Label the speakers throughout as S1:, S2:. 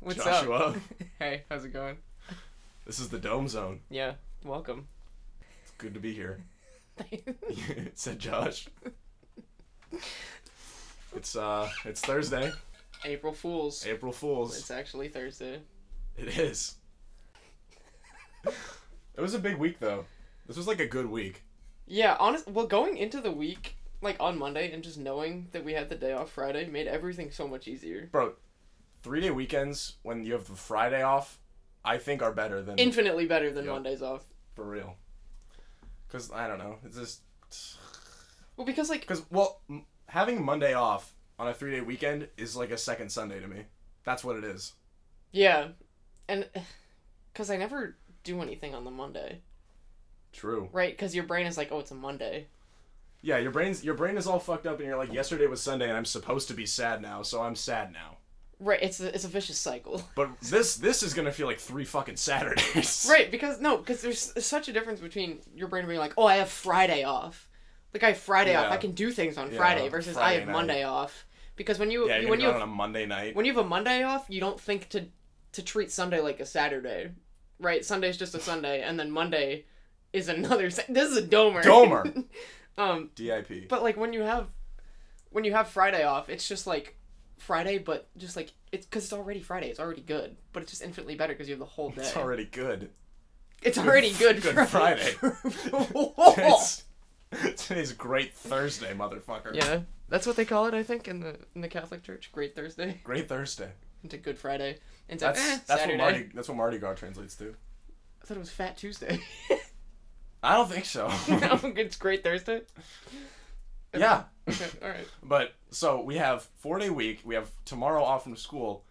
S1: What's up?
S2: Joshua.
S1: Hey, how's it going?
S2: This is the Dome Zone.
S1: Yeah, welcome.
S2: It's good to be here," said Josh. It's uh, it's Thursday,
S1: April Fools.
S2: April Fools.
S1: It's actually Thursday.
S2: It is. It was a big week though. This was like a good week.
S1: Yeah, honest. Well, going into the week, like on Monday, and just knowing that we had the day off Friday made everything so much easier.
S2: Bro, three day weekends when you have the Friday off, I think are better than
S1: Infinitely better than
S2: Yep.
S1: Mondays off.
S2: for real. Cause I don't know, it's just
S1: Well, because like
S2: cause well, m- having Monday off on a three day weekend is like a second Sunday to me. That's what it is.
S1: yeah, and because I never do anything on the Monday,
S2: True.
S1: right? Because your brain is like, oh, it's a Monday.
S2: Yeah, your brain's your brain is all fucked up, and you're like, yesterday was Sunday, and I'm supposed to be sad now, so I'm sad now.
S1: Right. It's a, it's a vicious cycle.
S2: But this this is gonna feel like three fucking Saturdays.
S1: Right, because no, because there's s- such a difference between your brain being like, "Oh, I have Friday off." Like I have Friday off,
S2: Yeah.
S1: I can do things on
S2: Yeah,
S1: Friday versus I
S2: Friday
S1: have
S2: night.
S1: Monday off. Because when you,
S2: Yeah,
S1: you
S2: you're
S1: when
S2: gonna
S1: you
S2: go out on
S1: have,
S2: a Monday night.
S1: when you have a Monday off, you don't think to to treat Sunday like a Saturday. Right? Sunday's just a Sunday and then Monday is another Sa- This is a domer.
S2: Domer.
S1: um
S2: DIP.
S1: but like when you have when you have Friday off, it's just like Friday but just like it's cuz it's already Friday. It's already good, but it's just infinitely better cuz you have the whole day.
S2: It's already good.
S1: It's already good.
S2: Good
S1: for-
S2: Friday.
S1: Whoa.
S2: It's- today's great Thursday, motherfucker.
S1: yeah, that's what they call it, I think, in the in the Catholic Church. Great Thursday
S2: Great Thursday.
S1: into Good Friday into
S2: That's
S1: eh,
S2: that's
S1: Saturday.
S2: what Mardi that's what Mardi Gras translates to.
S1: I thought it was Fat Tuesday.
S2: I don't think so.
S1: no, it's Great Thursday.
S2: yeah.
S1: Okay, all right.
S2: But so we have four day week. We have tomorrow off from school.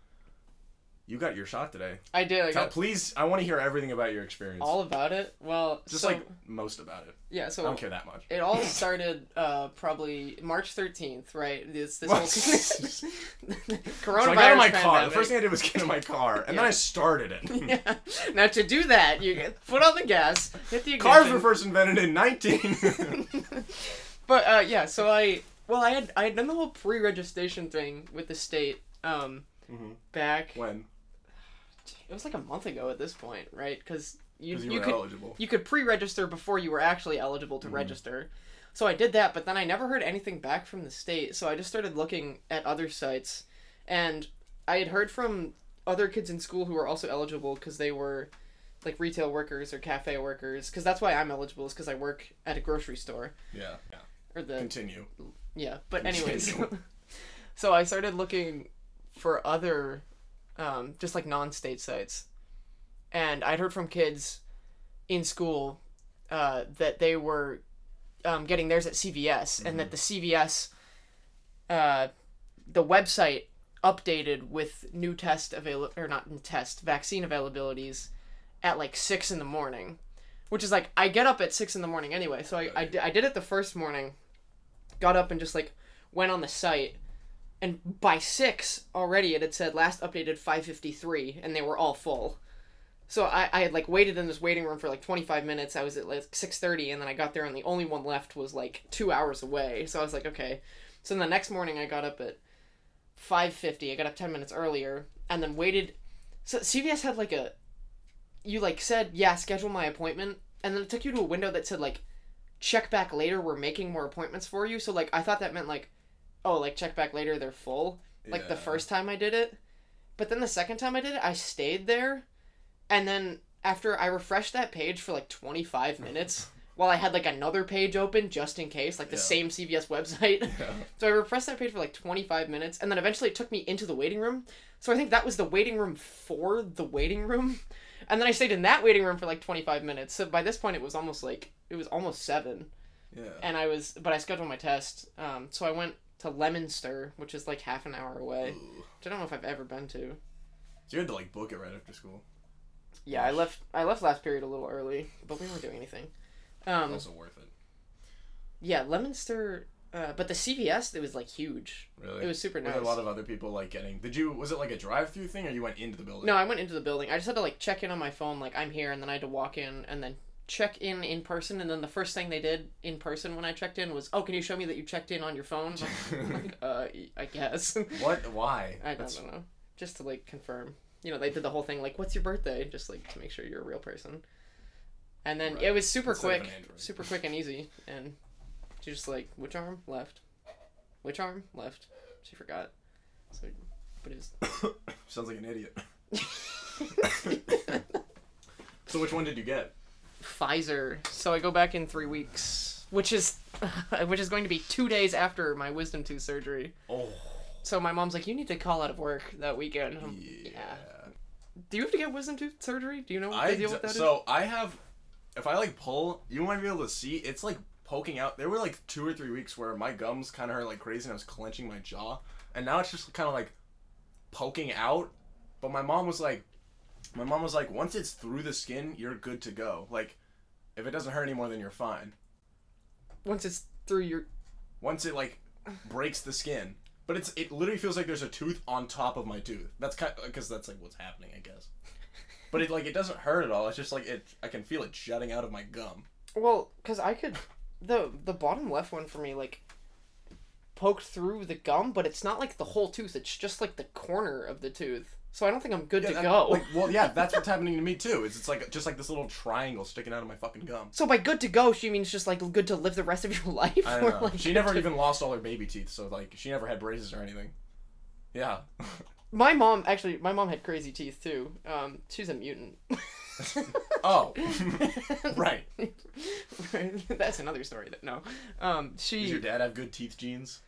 S2: You got your shot today.
S1: I did. I
S2: Tell,
S1: got
S2: please, I want to hear everything about your experience.
S1: all about it. Well,
S2: Just
S1: so,
S2: like most about it.
S1: yeah, so
S2: I don't care that much.
S1: It all started uh, probably March 13th, right? This this whole
S2: So
S1: coronavirus.
S2: So I got in my car. The
S1: pandemic.
S2: first thing I did was get in my car, and then I started it.
S1: yeah. Now to do that, you get foot on the gas, hit the ignition.
S2: Cars were first invented in 19.
S1: But uh, yeah, so I well, I had I had done the whole pre-registration thing with the state um,
S2: Mhm.
S1: back.
S2: when?
S1: It was like a month ago at this point, right? Because you
S2: 'Cause you,
S1: you
S2: were
S1: could
S2: eligible. Mm-hmm.
S1: you could pre-register before you were actually eligible to register. So I did that, but then I never heard anything back from the state. So I just started looking at other sites, and I had heard from other kids in school who were also eligible because they were like retail workers or cafe workers. Because that's why I'm eligible is because I work at a grocery store
S2: Yeah. yeah.
S1: or the
S2: Continue.
S1: yeah, but anyways,
S2: Continue.
S1: so I started looking for other, um, just like non-state sites, and I'd heard from kids in school uh, that they were um, getting theirs at CVS, and that the CVS, uh, the website updated with new test avail or not new test vaccine availabilities at like six in the morning, which is like I get up at six in the morning anyway, so I I di- I did it the first morning got up and just like went on the site and by six already it had said last updated 553 and they were all full so i, I had like waited in this waiting room for like 25 minutes i was at like 6.30 and then i got there and the only one left was like two hours away so i was like okay so then the next morning i got up at 5.50 i got up 10 minutes earlier and then waited so cvs had like a you like said yeah schedule my appointment and then it took you to a window that said like check back later we're making more appointments for you so like i thought that meant like oh like check back later they're full like the
S2: Yeah.
S1: first time i did it but then the second time i did it i stayed there and then after i refreshed that page for like 25 minutes while i had like another page open just in case like the
S2: Yeah.
S1: same cvs website
S2: Yeah.
S1: so I repressed that page for like 25 minutes, and then eventually it took me into the waiting room. So I think that was the waiting room for the waiting room. And then I stayed in that waiting room for like 25 minutes. So by this point, it was almost like, it was almost seven.
S2: Yeah.
S1: And I was, but I scheduled my test. Um, so I went to Leominster, which is like half an hour away,
S2: Ooh.
S1: which I don't know if I've ever been to.
S2: So you had to like book it right after school.
S1: Yeah, I left, I left last period a little early, but we weren't doing anything. Um,
S2: Also worth it.
S1: yeah, Leominster, uh, but the CVS, it was like huge.
S2: Really.
S1: It was super
S2: Were there
S1: nice.
S2: a lot of other people like getting. Did you? Was it like a drive-through thing, or you went into the building?
S1: No, I went into the building. I just had to like check in on my phone, like I'm here, and then I had to walk in and then check in in person. And then the first thing they did in person when I checked in was, "Oh, can you show me that you checked in on your phone?" I'm like, uh, I guess.
S2: what? Why?
S1: I don't,
S2: That's-
S1: know. Just to like confirm. you know, they did the whole thing like, "What's your birthday?" Just like to make sure you're a real person. And then
S2: Right.
S1: it was super
S2: Instead of an
S1: quick,
S2: android.
S1: super quick and easy, and she just like which arm left, which arm left. She forgot. So, but it's
S2: Sounds like an idiot. So which one did you get?
S1: Pfizer. So I go back in three weeks, which is which is going to be two days after my wisdom tooth surgery.
S2: Oh
S1: So my mom's like, "You need to call out of work that weekend." I'm-
S2: yeah.
S1: Do you have to get wisdom tooth surgery? Do you know what
S2: I
S1: the deal
S2: d-
S1: with that is?
S2: so I have. If I like pull, you might be able to see. It's like poking out. There were like two or three weeks where my gums kind of hurt like crazy, and I was clenching my jaw, and now it's just kind of like poking out. But my mom was like, my mom was like, once it's through the skin, you're good to go. Like, if it doesn't hurt anymore, then you're fine.
S1: Once it's through your
S2: Once it like breaks the skin, but it's it literally feels like there's a tooth on top of my tooth. That's kind because that's like what's happening, I guess. But it like it doesn't hurt at all. It's just like it. I can feel it jutting out of my gum.
S1: Well, cause I could, the the bottom left one for me like poked through the gum, but it's not like the whole tooth. It's just like the corner of the tooth. So I don't think I'm good to
S2: that-
S1: go.
S2: Like, well, yeah, that's what's happening to me too. Is it's like just like this little triangle sticking out of my fucking gum.
S1: so by good to go, she means just like good to live the rest of your life.
S2: I
S1: Or,
S2: don't know.
S1: like,
S2: She
S1: good
S2: never
S1: to-
S2: even lost all her baby teeth, so like she never had braces or anything. Yeah.
S1: My mom actually, my mom had crazy teeth too. Um, she's a mutant.
S2: Oh. right.
S1: That's another story. That no, um, she.
S2: Does your dad have good teeth genes?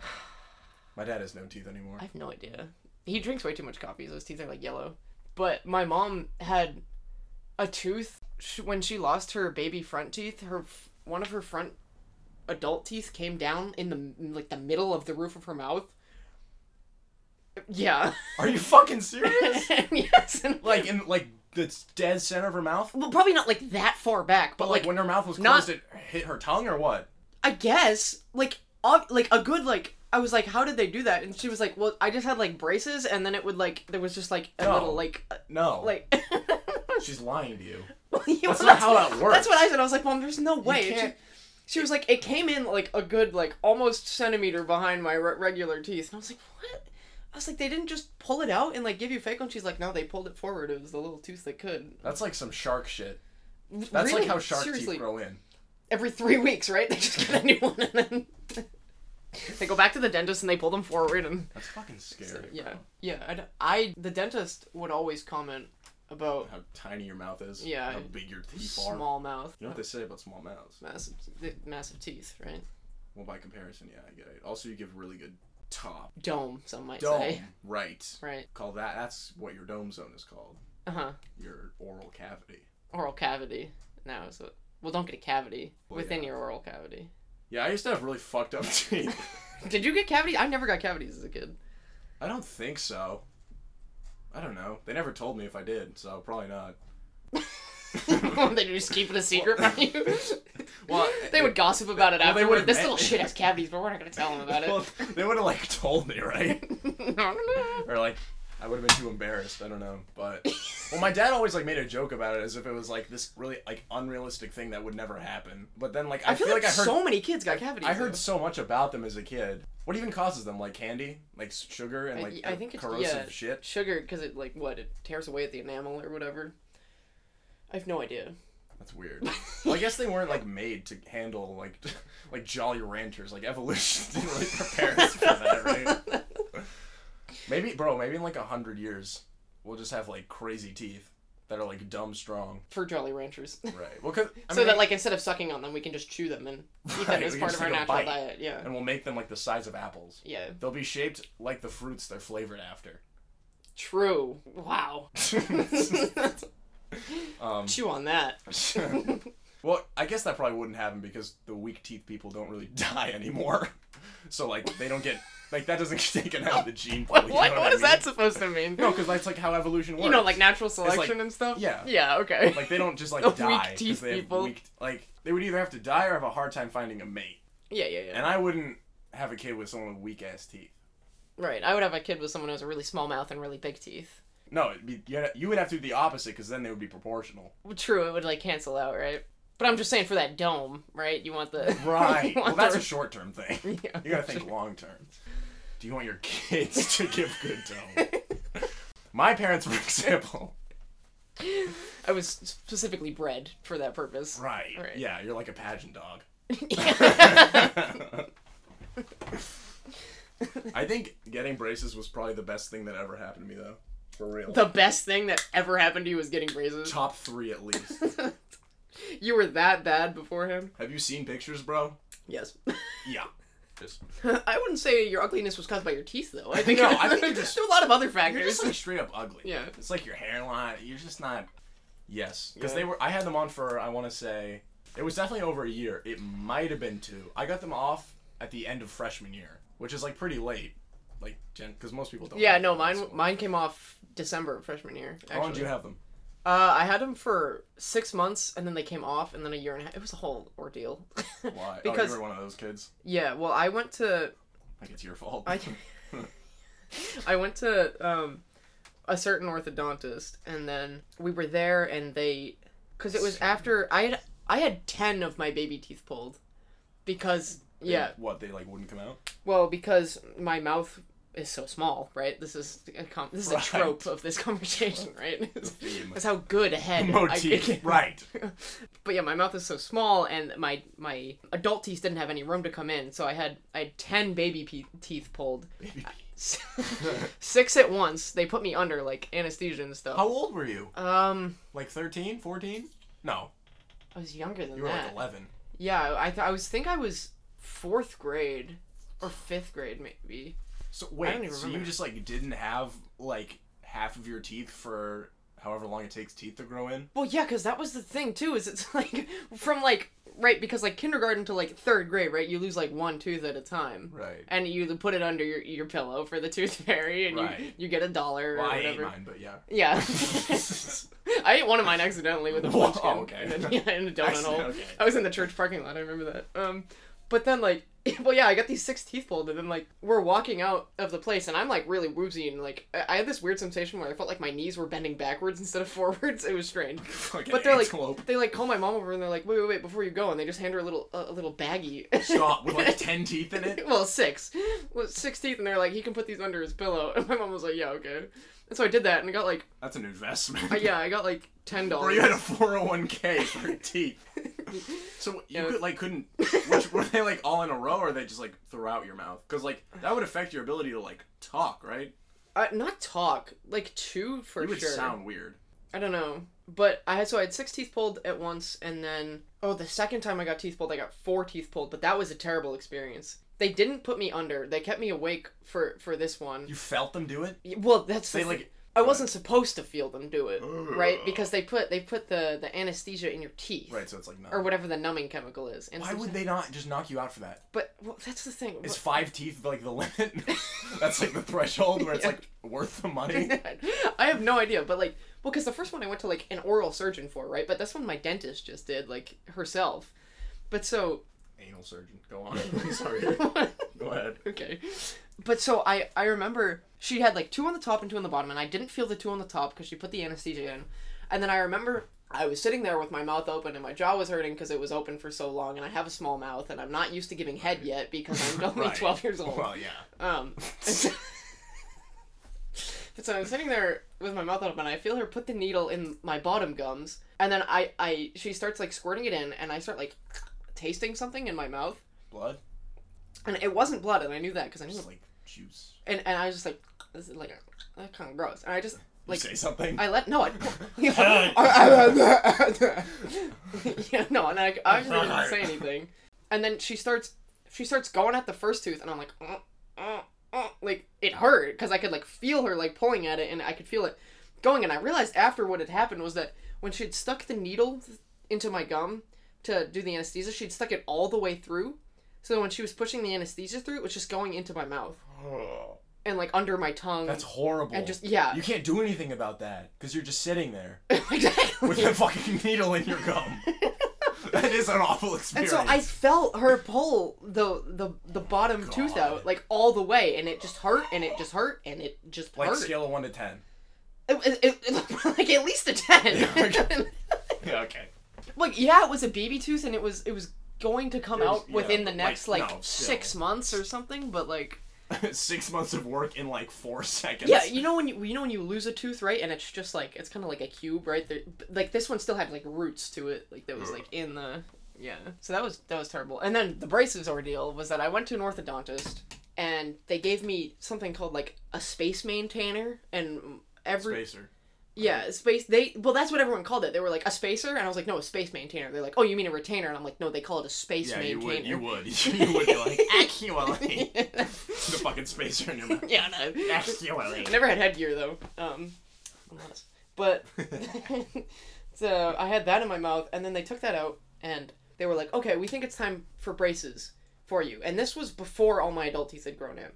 S2: My dad has no teeth anymore.
S1: I have no idea. He drinks way too much coffee. So his teeth are like yellow. But my mom had a tooth sh- when she lost her baby front teeth. Her f- one of her front adult teeth came down in the in, like the middle of the roof of her mouth. Yeah.
S2: Are you fucking serious?
S1: yes. And, like,
S2: like in like the dead center of her mouth?
S1: well, probably not like that far back, but,
S2: But like,
S1: like
S2: when her mouth was
S1: not-
S2: closed, it hit her tongue or what?
S1: I guess like ob- like a good like I was like how did they do that? And she was like, "Well, I just had like braces and then it would like there was just like a
S2: No.
S1: little like uh,
S2: No.
S1: like
S2: she's lying to you.
S1: You know,
S2: That's not how that works.
S1: That's what I said. I was like, Mom, there's no way. She,
S2: can't-
S1: she was like, it came in like a good, like almost centimeter behind my re- regular teeth, and I was like, what? I was like, they didn't just pull it out and like give you fake one. She's like, no, they pulled it forward. It was the little tooth that could.
S2: That's like some shark shit. That's
S1: Really?
S2: like how shark
S1: Seriously.
S2: teeth grow in.
S1: Every three weeks, right? They just get a new one, and then they go back to the dentist and they pull them forward and
S2: That's fucking scary.
S1: yeah,
S2: bro.
S1: yeah. I'd, I the dentist would always comment about
S2: How tiny your mouth is.
S1: Yeah.
S2: How big your teeth are.
S1: small mouth,
S2: You know what they say about small mouths?
S1: massive, massive teeth, right?
S2: Well, by comparison, yeah, I get it. Also, you give really good top
S1: Dome, some might
S2: dome.
S1: say,
S2: Right.
S1: right?
S2: Call that. That's what your dome zone is called.
S1: Uh huh.
S2: Your oral cavity.
S1: Oral cavity. Now is what? Well, don't get a cavity
S2: Well,
S1: within
S2: Oh, yeah.
S1: your oral cavity.
S2: Yeah, I used to have really fucked up teeth.
S1: Did you get cavities? I never got cavities as a kid.
S2: I don't think so. I don't know. They never told me if I did, so probably not.
S1: they just keep it a secret from you.
S2: Well,
S1: they would gossip about it
S2: Well, they
S1: afterward.
S2: would've
S1: This
S2: met-
S1: little shit has cavities, but we're not gonna tell them about
S2: Well,
S1: it.
S2: they would have like told me, right?
S1: no, no, no.
S2: or like I would have been too embarrassed. I don't know, but well, my dad always like made a joke about it as if it was like this really like unrealistic thing that would never happen. But then like I,
S1: I feel like,
S2: I heard
S1: so many kids got cavities.
S2: I heard
S1: though.
S2: so much about them as a kid. What even causes them? Like candy, like s- sugar, and
S1: I-
S2: like
S1: I think it's-
S2: corrosive
S1: yeah.
S2: shit.
S1: sugar because it like what it tears away at the enamel or whatever. I have no idea.
S2: That's weird. well, I guess they weren't like made to handle like like Jolly Ranchers. Like evolution didn't really prepare us for that, right? Maybe, bro. Maybe in like a hundred years, we'll just have like crazy teeth that are like dumb strong.
S1: For Jolly Ranchers.
S2: Right. Well, cause I
S1: so
S2: mean,
S1: that like instead of sucking on them, we can just chew them and eat
S2: Right,
S1: them as
S2: we can
S1: part
S2: just
S1: of our
S2: take a
S1: natural
S2: bite.
S1: diet. Yeah.
S2: and we'll make them like the size of apples.
S1: Yeah.
S2: They'll be shaped like the fruits they're flavored after.
S1: True. Wow.
S2: um,
S1: Chew on that.
S2: well, I guess that probably wouldn't happen because the weak teeth people don't really die anymore. So like they don't get like that doesn't get taken out of the gene pool.
S1: What,
S2: you
S1: what,
S2: know
S1: is
S2: I mean?
S1: that supposed to mean?
S2: No, because that's like how evolution works.
S1: you know, like natural selection and stuff.
S2: yeah.
S1: Yeah. Okay.
S2: like they don't just like
S1: The weak
S2: die
S1: teeth
S2: because they have
S1: people.
S2: weak like they would either have to die or have a hard time finding a mate.
S1: yeah, yeah, yeah.
S2: And I wouldn't have a kid with someone with weak ass teeth.
S1: right. I would have a kid with someone who has a really small mouth and really big teeth.
S2: No, it'd be, you'd- you would have to do the opposite because then they would be proportional.
S1: Well, True. It would like cancel out, right? But I'm just saying for that dome, right? You want the
S2: Right.
S1: you
S2: well,
S1: want
S2: that's a
S1: the-
S2: short term thing.
S1: Yeah.
S2: You gotta think long term. Do you want your kids to give good dome? My parents, for example.
S1: I was specifically bred for that purpose.
S2: Right.
S1: Right.
S2: Yeah, you're like a pageant dog. I think getting braces was probably the best thing that ever happened to me, though. For real.
S1: the best thing that ever happened to you was getting braces.
S2: Top three at least.
S1: you were that bad beforehand.
S2: Have you seen pictures, bro?
S1: Yes.
S2: Yeah. Just,
S1: I wouldn't say your ugliness was caused by your teeth, though. I think,
S2: No, I think you're just-
S1: there are a lot of other
S2: you're
S1: factors.
S2: just like straight up ugly.
S1: Yeah.
S2: It's like your hairline. You're just not. Yes, because
S1: Yeah.
S2: they were. I had them on for I want to say it was definitely over a year. It might have been two. I got them off at the end of freshman year, which is like pretty late, like Jen, because most people don't.
S1: yeah,
S2: have
S1: no,
S2: them in
S1: mine
S2: school.
S1: mine came off December of freshman year. Actually.
S2: How long did you have them?
S1: Uh, I had them for six months, and then they came off, and then a year and a half. It was a whole ordeal.
S2: Why? oh,
S1: because
S2: you were one of those kids.
S1: yeah, well, I went to
S2: Like it's your fault.
S1: I I went to um, a certain orthodontist, and then we were there, and they, because it was after I had I had ten of my baby teeth pulled, because
S2: They-
S1: yeah,
S2: What they like wouldn't come out.
S1: well, because my mouth is so small, right? This is a com- this is
S2: Right.
S1: a trope of this conversation, right?
S2: theme.
S1: That's how good a head
S2: Motif.
S1: I,
S2: right.
S1: but yeah, my mouth is so small, and my my adult teeth didn't have any room to come in, so I had I had ten baby pe- teeth pulled, six at once. They put me under like anesthesia and stuff.
S2: How old were you?
S1: Um,
S2: Like 13, 14? No,
S1: I was younger than
S2: you were
S1: that.
S2: like 11.
S1: yeah, I th- I was think I was fourth grade or fifth grade maybe.
S2: So
S1: don't
S2: wait,
S1: even
S2: so you
S1: remember.
S2: just like didn't have like half of your teeth for however long it takes teeth to grow in?
S1: Well, yeah, because that was the thing too. Is it's like from like right because like kindergarten to like third grade, right? You lose like one tooth at a time.
S2: Right.
S1: And you put it under your, your pillow for the tooth fairy, and you,
S2: Right.
S1: you get a dollar
S2: Well,
S1: or
S2: I ate
S1: whatever.
S2: mine, but yeah.
S1: Yeah. I ate one of mine accidentally with a
S2: Whoa,
S1: punch can
S2: oh, okay.
S1: and, a, yeah, and a donut hole.
S2: Accident- okay.
S1: I was in the church parking lot. I remember that. Um, but then like, well, yeah, I got these six teeth pulled, and then like we're walking out of the place, and I'm like really woozy, and like I I had this weird sensation where I felt like my knees were bending backwards instead of forwards. It was strange.
S2: Fucking
S1: But they're like,
S2: antelope.
S1: they like call my mom over, and they're like, wait, wait, wait, before you go, and they just hand her a little a, a little baggie.
S2: stop with like 10 teeth in it.
S1: well, six, well, six teeth, and they're like, he can put these under his pillow, and my mom was like, yeah, okay. And so I did that, and I got like
S2: That's an investment.
S1: uh, yeah, I got like ten
S2: Or
S1: dollars.
S2: you had a 401k for your teeth. So you
S1: Yeah.
S2: could like couldn't which, were they like all in a row or they just like throughout your mouth? Cuz like that would affect your ability to like talk, right?
S1: uh, not talk, like two for
S2: It would
S1: sure.
S2: sound weird.
S1: I don't know, but I had so I had six teeth pulled at once, and then oh, the second time I got teeth pulled, I got four teeth pulled, but that was a terrible experience. They didn't put me under; they kept me awake for for this one.
S2: You felt them do it?
S1: Y- Well, that's the
S2: They
S1: thi-
S2: like
S1: I wasn't supposed to feel them do it, right?
S2: Ugh.
S1: Because they put they put the the anesthesia in your teeth,
S2: Right, so it's like no.
S1: Or whatever the numbing chemical is.
S2: Why would they not just knock you out for that?
S1: But well, that's the thing.
S2: Is five teeth like the limit? That's like the threshold where it's
S1: Yeah.
S2: like worth the money.
S1: I have no idea, but like, well, because the first one I went to like an oral surgeon for, right? But this one my dentist just did, like herself. But so,
S2: Anal surgeon, go on. Sorry, go ahead.
S1: okay. But so I I remember she had like two on the top and two on the bottom, and I didn't feel the two on the top because she put the anesthesia in, and then I remember I was sitting there with my mouth open and my jaw was hurting because it was open for so long, and I have a small mouth and I'm not used to giving head yet because I'm only
S2: Right.
S1: twelve years old.
S2: Well, yeah.
S1: Um, and so, but so I'm sitting there with my mouth open, and I feel her put the needle in my bottom gums, and then I, I, she starts like squirting it in, and I start like tasting something in my mouth,
S2: Blood,
S1: and it wasn't blood, and I knew that because I knew,
S2: just like juice.
S1: and and I was just like, this is like, that's kind of gross, and I just
S2: You
S1: like.
S2: say something.
S1: I let no, I,
S2: Hey.
S1: yeah, no, and I, I really didn't say anything. And then she starts, she starts going at the first tooth, and I'm like, uh, uh, uh, like it hurt because I could like feel her like pulling at it, and I could feel it going. And I realized after what had happened was that when she'd stuck the needle into my gum to do the anesthesia, she'd stuck it all the way through. So when she was pushing the anesthesia through, it was just going into my mouth
S2: Ugh.
S1: and like under my tongue.
S2: That's horrible.
S1: and just yeah,
S2: you can't do anything about that because you're just sitting there
S1: exactly.
S2: with a fucking needle in your gum. that is an awful
S1: And
S2: experience.
S1: so I felt her pull the the the bottom tooth out like all the way, and it just hurt, and it just hurt, and it just
S2: like
S1: hurt.
S2: scale of one to ten.
S1: It- it- it- it- like at least a ten.
S2: okay. Yeah, okay.
S1: like yeah, it was a baby tooth, and it was it was going to come
S2: It was-
S1: out within
S2: yeah,
S1: the next
S2: like,
S1: like
S2: no, still.
S1: six months or something, but like
S2: six months of work in like four seconds.
S1: Yeah, you know when you you know when you lose a tooth, right? And it's just like it's kind of like a cube, right? There, but, like this one still had like roots to it, like that was like in the yeah. So that was that was terrible. And then the braces ordeal was that I went to an orthodontist and they gave me something called like a space maintainer and every
S2: Spacer.
S1: yeah space they well that's what everyone called it. They were like a spacer and I was like no, a space maintainer. They're like oh you mean a retainer and I'm like no, they call it a space
S2: Yeah, you
S1: maintainer.
S2: would. You would. You would be like, actually, the fucking spacer in your mouth.
S1: yeah, no.
S2: Actually.
S1: I never had headgear though. Um, I'm honest. but so I had that in my mouth, and then they took that out, and they were like, "Okay, we think it's time for braces for you." And this was before all my adult teeth had grown in.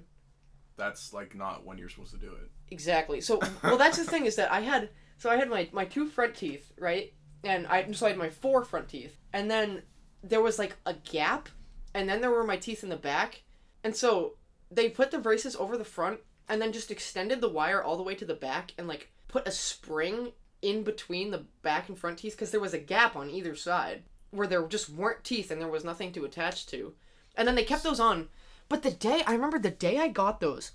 S2: That's like not when you're supposed to do it.
S1: Exactly. So, well, that's the thing is that I had so I had my my two front teeth, right, and I so I had my four front teeth, and then there was like a gap, and then there were my teeth in the back, and so they put the braces over the front, and then just extended the wire all the way to the back, and like put a spring in between the back and front teeth because there was a gap on either side where there just weren't teeth and there was nothing to attach to, and then they kept those on. But the day I remember the day I got those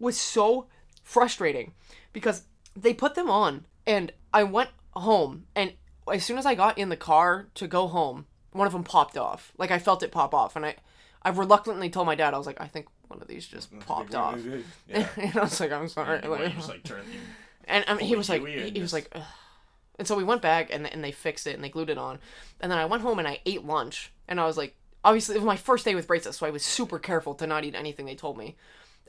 S1: was so frustrating because they put them on and I went home and as soon as I got in the car to go home, one of them popped off. Like I felt it pop off and I I reluctantly told my dad I was like I think one of these just popped off.
S2: Yeah.
S1: and I was like I'm sorry.
S2: You
S1: Like-
S2: might just like turn. You,
S1: and I mean, he
S2: Holy E
S1: was like,
S2: Huey
S1: he,
S2: and
S1: he was like,
S2: just-
S1: Ugh. and so we went back and and they fixed it and they glued it on, and then I went home and I ate lunch and I was like, obviously it was my first day with braces, so I was super careful to not eat anything they told me,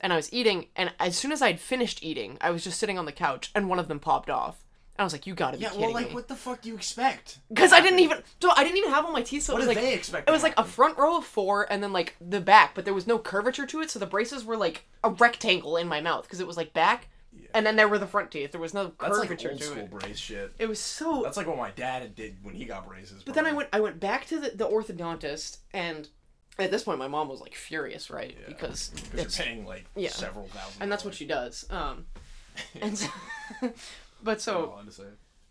S1: and I was eating and as soon as I had finished eating, I was just sitting on the couch and one of them popped off. And I was like, you gotta be
S2: yeah.
S1: kidding
S2: Well, like,
S1: me.
S2: what the fuck do you expect?
S1: Because I didn't even, so I didn't even have all my teeth. So
S2: What
S1: it was
S2: did
S1: like
S2: they expect?
S1: it
S2: to
S1: was like a
S2: happen?
S1: front row of four and then like the back, but there was no curvature to it, so the braces were like a rectangle in my mouth because it was like back, and then there were the front teeth. There was no
S2: That's
S1: curvature
S2: like old
S1: to
S2: school
S1: it.
S2: brace shit.
S1: It was so.
S2: That's like what my dad did when he got braces.
S1: but then I went. I went back to the, the orthodontist, and at this point, my mom was like furious, right? Because
S2: because you're paying like
S1: yeah.
S2: several thousand.
S1: and that's what she does. Um, and so, but so
S2: on to say.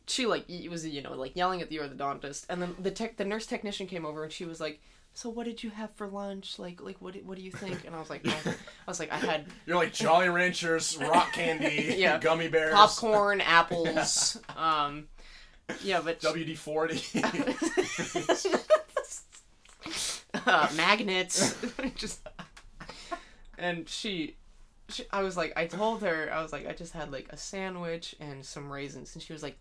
S1: she like y- was you know like yelling at the orthodontist and then the tech the nurse technician came over and she was like so what did you have for lunch like like what do- what do you think and i was like I, I was like i had
S2: You're like Jolly Ranchers, rock candy,
S1: Yeah.
S2: gummy bears,
S1: popcorn apples um yeah but
S2: WD forty.
S1: uh, magnets just and she, she i was like i told her i was like i just had like a sandwich and some raisins and she was like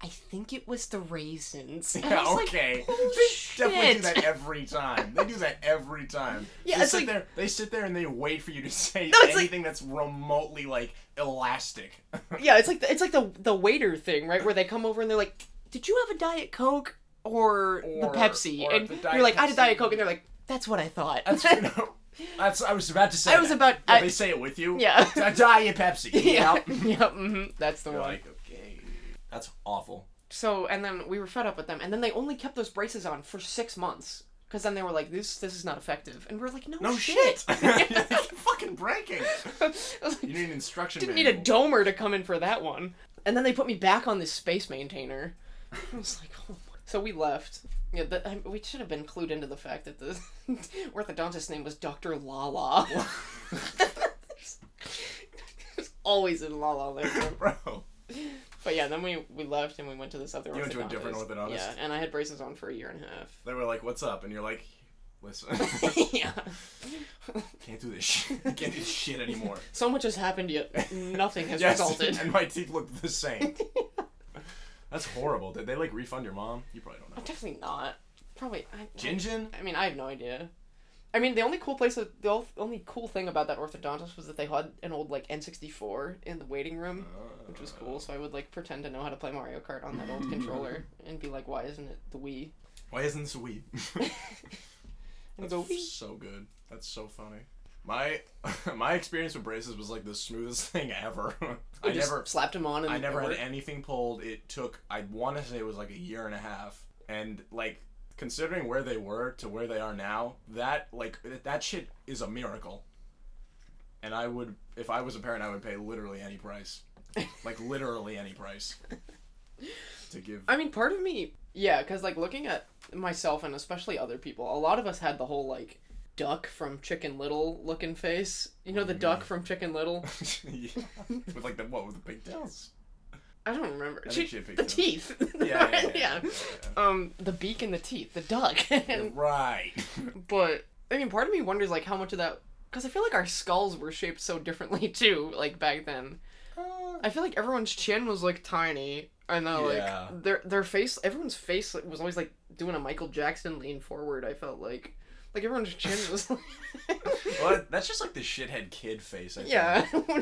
S1: i think it was the raisins And I
S2: Yeah,
S1: was like,
S2: okay.
S1: "Holy
S2: they definitely
S1: shit."
S2: do that every time. They do that every time.
S1: Yeah,
S2: they
S1: it's
S2: sit
S1: like-
S2: there. They sit there and they wait for you to say
S1: it's like-
S2: anything that's remotely like elastic.
S1: yeah, it's like the, it's like the the waiter thing, right? Where they come over and they're like, "Did you have a diet coke or,
S2: Or-
S1: the Pepsi?"
S2: or
S1: and
S2: the Diet
S1: you're like, "I had a
S2: Pepsi."
S1: diet coke," and they're like, "That's what I thought."
S2: That's no, that's I was about to say.
S1: I was
S2: that.
S1: about-
S2: Yeah,
S1: I-
S2: they say it with you.
S1: Yeah.
S2: A diet Pepsi.
S1: yeah, yeah, hmm that's the
S2: You're
S1: one.
S2: like okay, that's awful.
S1: So and then we were fed up with them, and then they only kept those braces on for six months because then they were like, "This this is not effective," and we're like, "No,
S2: No
S1: Oh, shit."
S2: shit. You're fucking breaking.
S1: I was like,
S2: You need an instruction.
S1: didn't need
S2: manual.
S1: a domer to come in for that one. And then they put me back on this space maintainer. I was like, oh my. So we left. Yeah, that, I, we should have been clued into the fact that the orthodontist's name was Dr. Lala. There's- There's always in Lala there.
S2: Bro.
S1: But yeah, then we, we left and we went to this other orthodontist.
S2: You went to a different orthodontist.
S1: Yeah, and I had braces on for a year and a half.
S2: They were like, "What's up?" And you're like, "Listen,
S1: yeah.
S2: can't do this. Shit. Can't do this shit anymore."
S1: So much has happened yet nothing has
S2: Yes,
S1: resulted.
S2: and my teeth look the same. That's horrible. Did they like refund your mom? You probably don't know.
S1: Definitely not. Probably. I,
S2: Jinjin?
S1: I mean, I have no idea. I mean, the only cool place, that- the ol- only cool thing about that orthodontist was that they had an old like N sixty four in the waiting room, which was cool. So I would like pretend to know how to play Mario Kart on that old controller and be like, "Why isn't it the Wii?"
S2: Why isn't this a Wii?
S1: And
S2: That's
S1: go
S2: f-
S1: Wii.
S2: so good. That's so funny. My my experience with braces was like the smoothest thing ever. I
S1: I just
S2: never
S1: slapped him on. And
S2: I never
S1: it
S2: had
S1: worked.
S2: anything pulled. It took I want to say it was like a year and a half, and like considering where they were to where they are now, that like th- that shit is a miracle. And I would, if I was a parent, I would pay literally any price, like literally any price, to give.
S1: I mean, part of me, yeah, because like looking at myself and especially other people, a lot of us had the whole like duck from Chicken Little looking face. You know the
S2: Mm.
S1: duck from Chicken Little.
S2: yeah. With like the what with the pigtails?
S1: I don't remember.
S2: I think
S1: She-
S2: she had
S1: the
S2: pigtails.
S1: teeth.
S2: Yeah, yeah, yeah, yeah, yeah,
S1: Um, the beak and the teeth, the duck.
S2: yeah. Right.
S1: but I mean, part of me wonders like how much of that, because I feel like our skulls were shaped so differently too, like back then.
S2: Uh,
S1: I feel like everyone's chin was like tiny. I know,
S2: Yeah.
S1: like their their face, everyone's face like, was always like doing a Michael Jackson lean forward. I felt like, like everyone's chin was.
S2: well, that's just like the shithead kid face. I think.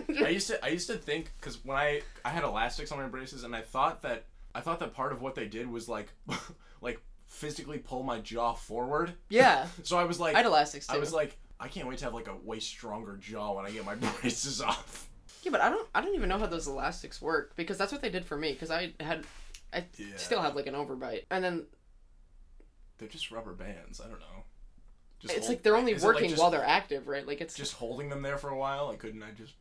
S1: yeah.
S2: I used to I used to think because when I I had elastics on my braces and I thought that I thought that part of what they did was like like physically pull my jaw forward.
S1: yeah.
S2: So I was like
S1: I had elastics too.
S2: I was like I can't wait to have like a way stronger jaw when I get my braces off.
S1: yeah, but I don't. I don't even know how those elastics work because that's what they did for me. Because I had, I
S2: Yeah.
S1: still have like an overbite, and then
S2: They're just rubber bands. I don't know. Just
S1: it's
S2: hold-
S1: like they're only
S2: is it, like,
S1: working
S2: just-
S1: while they're active, right? Like it's
S2: just holding them there for a while. Like couldn't I just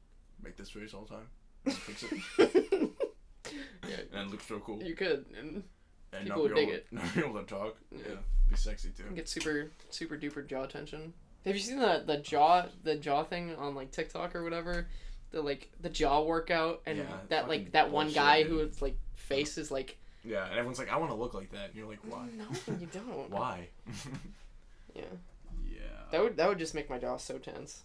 S2: make this face all the time? And fix it and look so cool.
S1: you could and
S2: and
S1: people would
S2: be
S1: dig
S2: able, Not be able to talk. Yeah. Be sexy too.
S1: get super super duper jaw tension. Have you seen the the jaw the jaw thing on like TikTok or whatever? The like the jaw workout and
S2: Yeah,
S1: that
S2: fucking
S1: like that one guy
S2: bullshit,
S1: who
S2: dude.
S1: who's like face is like
S2: Yeah, and everyone's like, I want to look like that. And you're like, why?
S1: no you don't
S2: Why?
S1: yeah
S2: yeah.
S1: that would that would just make my jaw so tense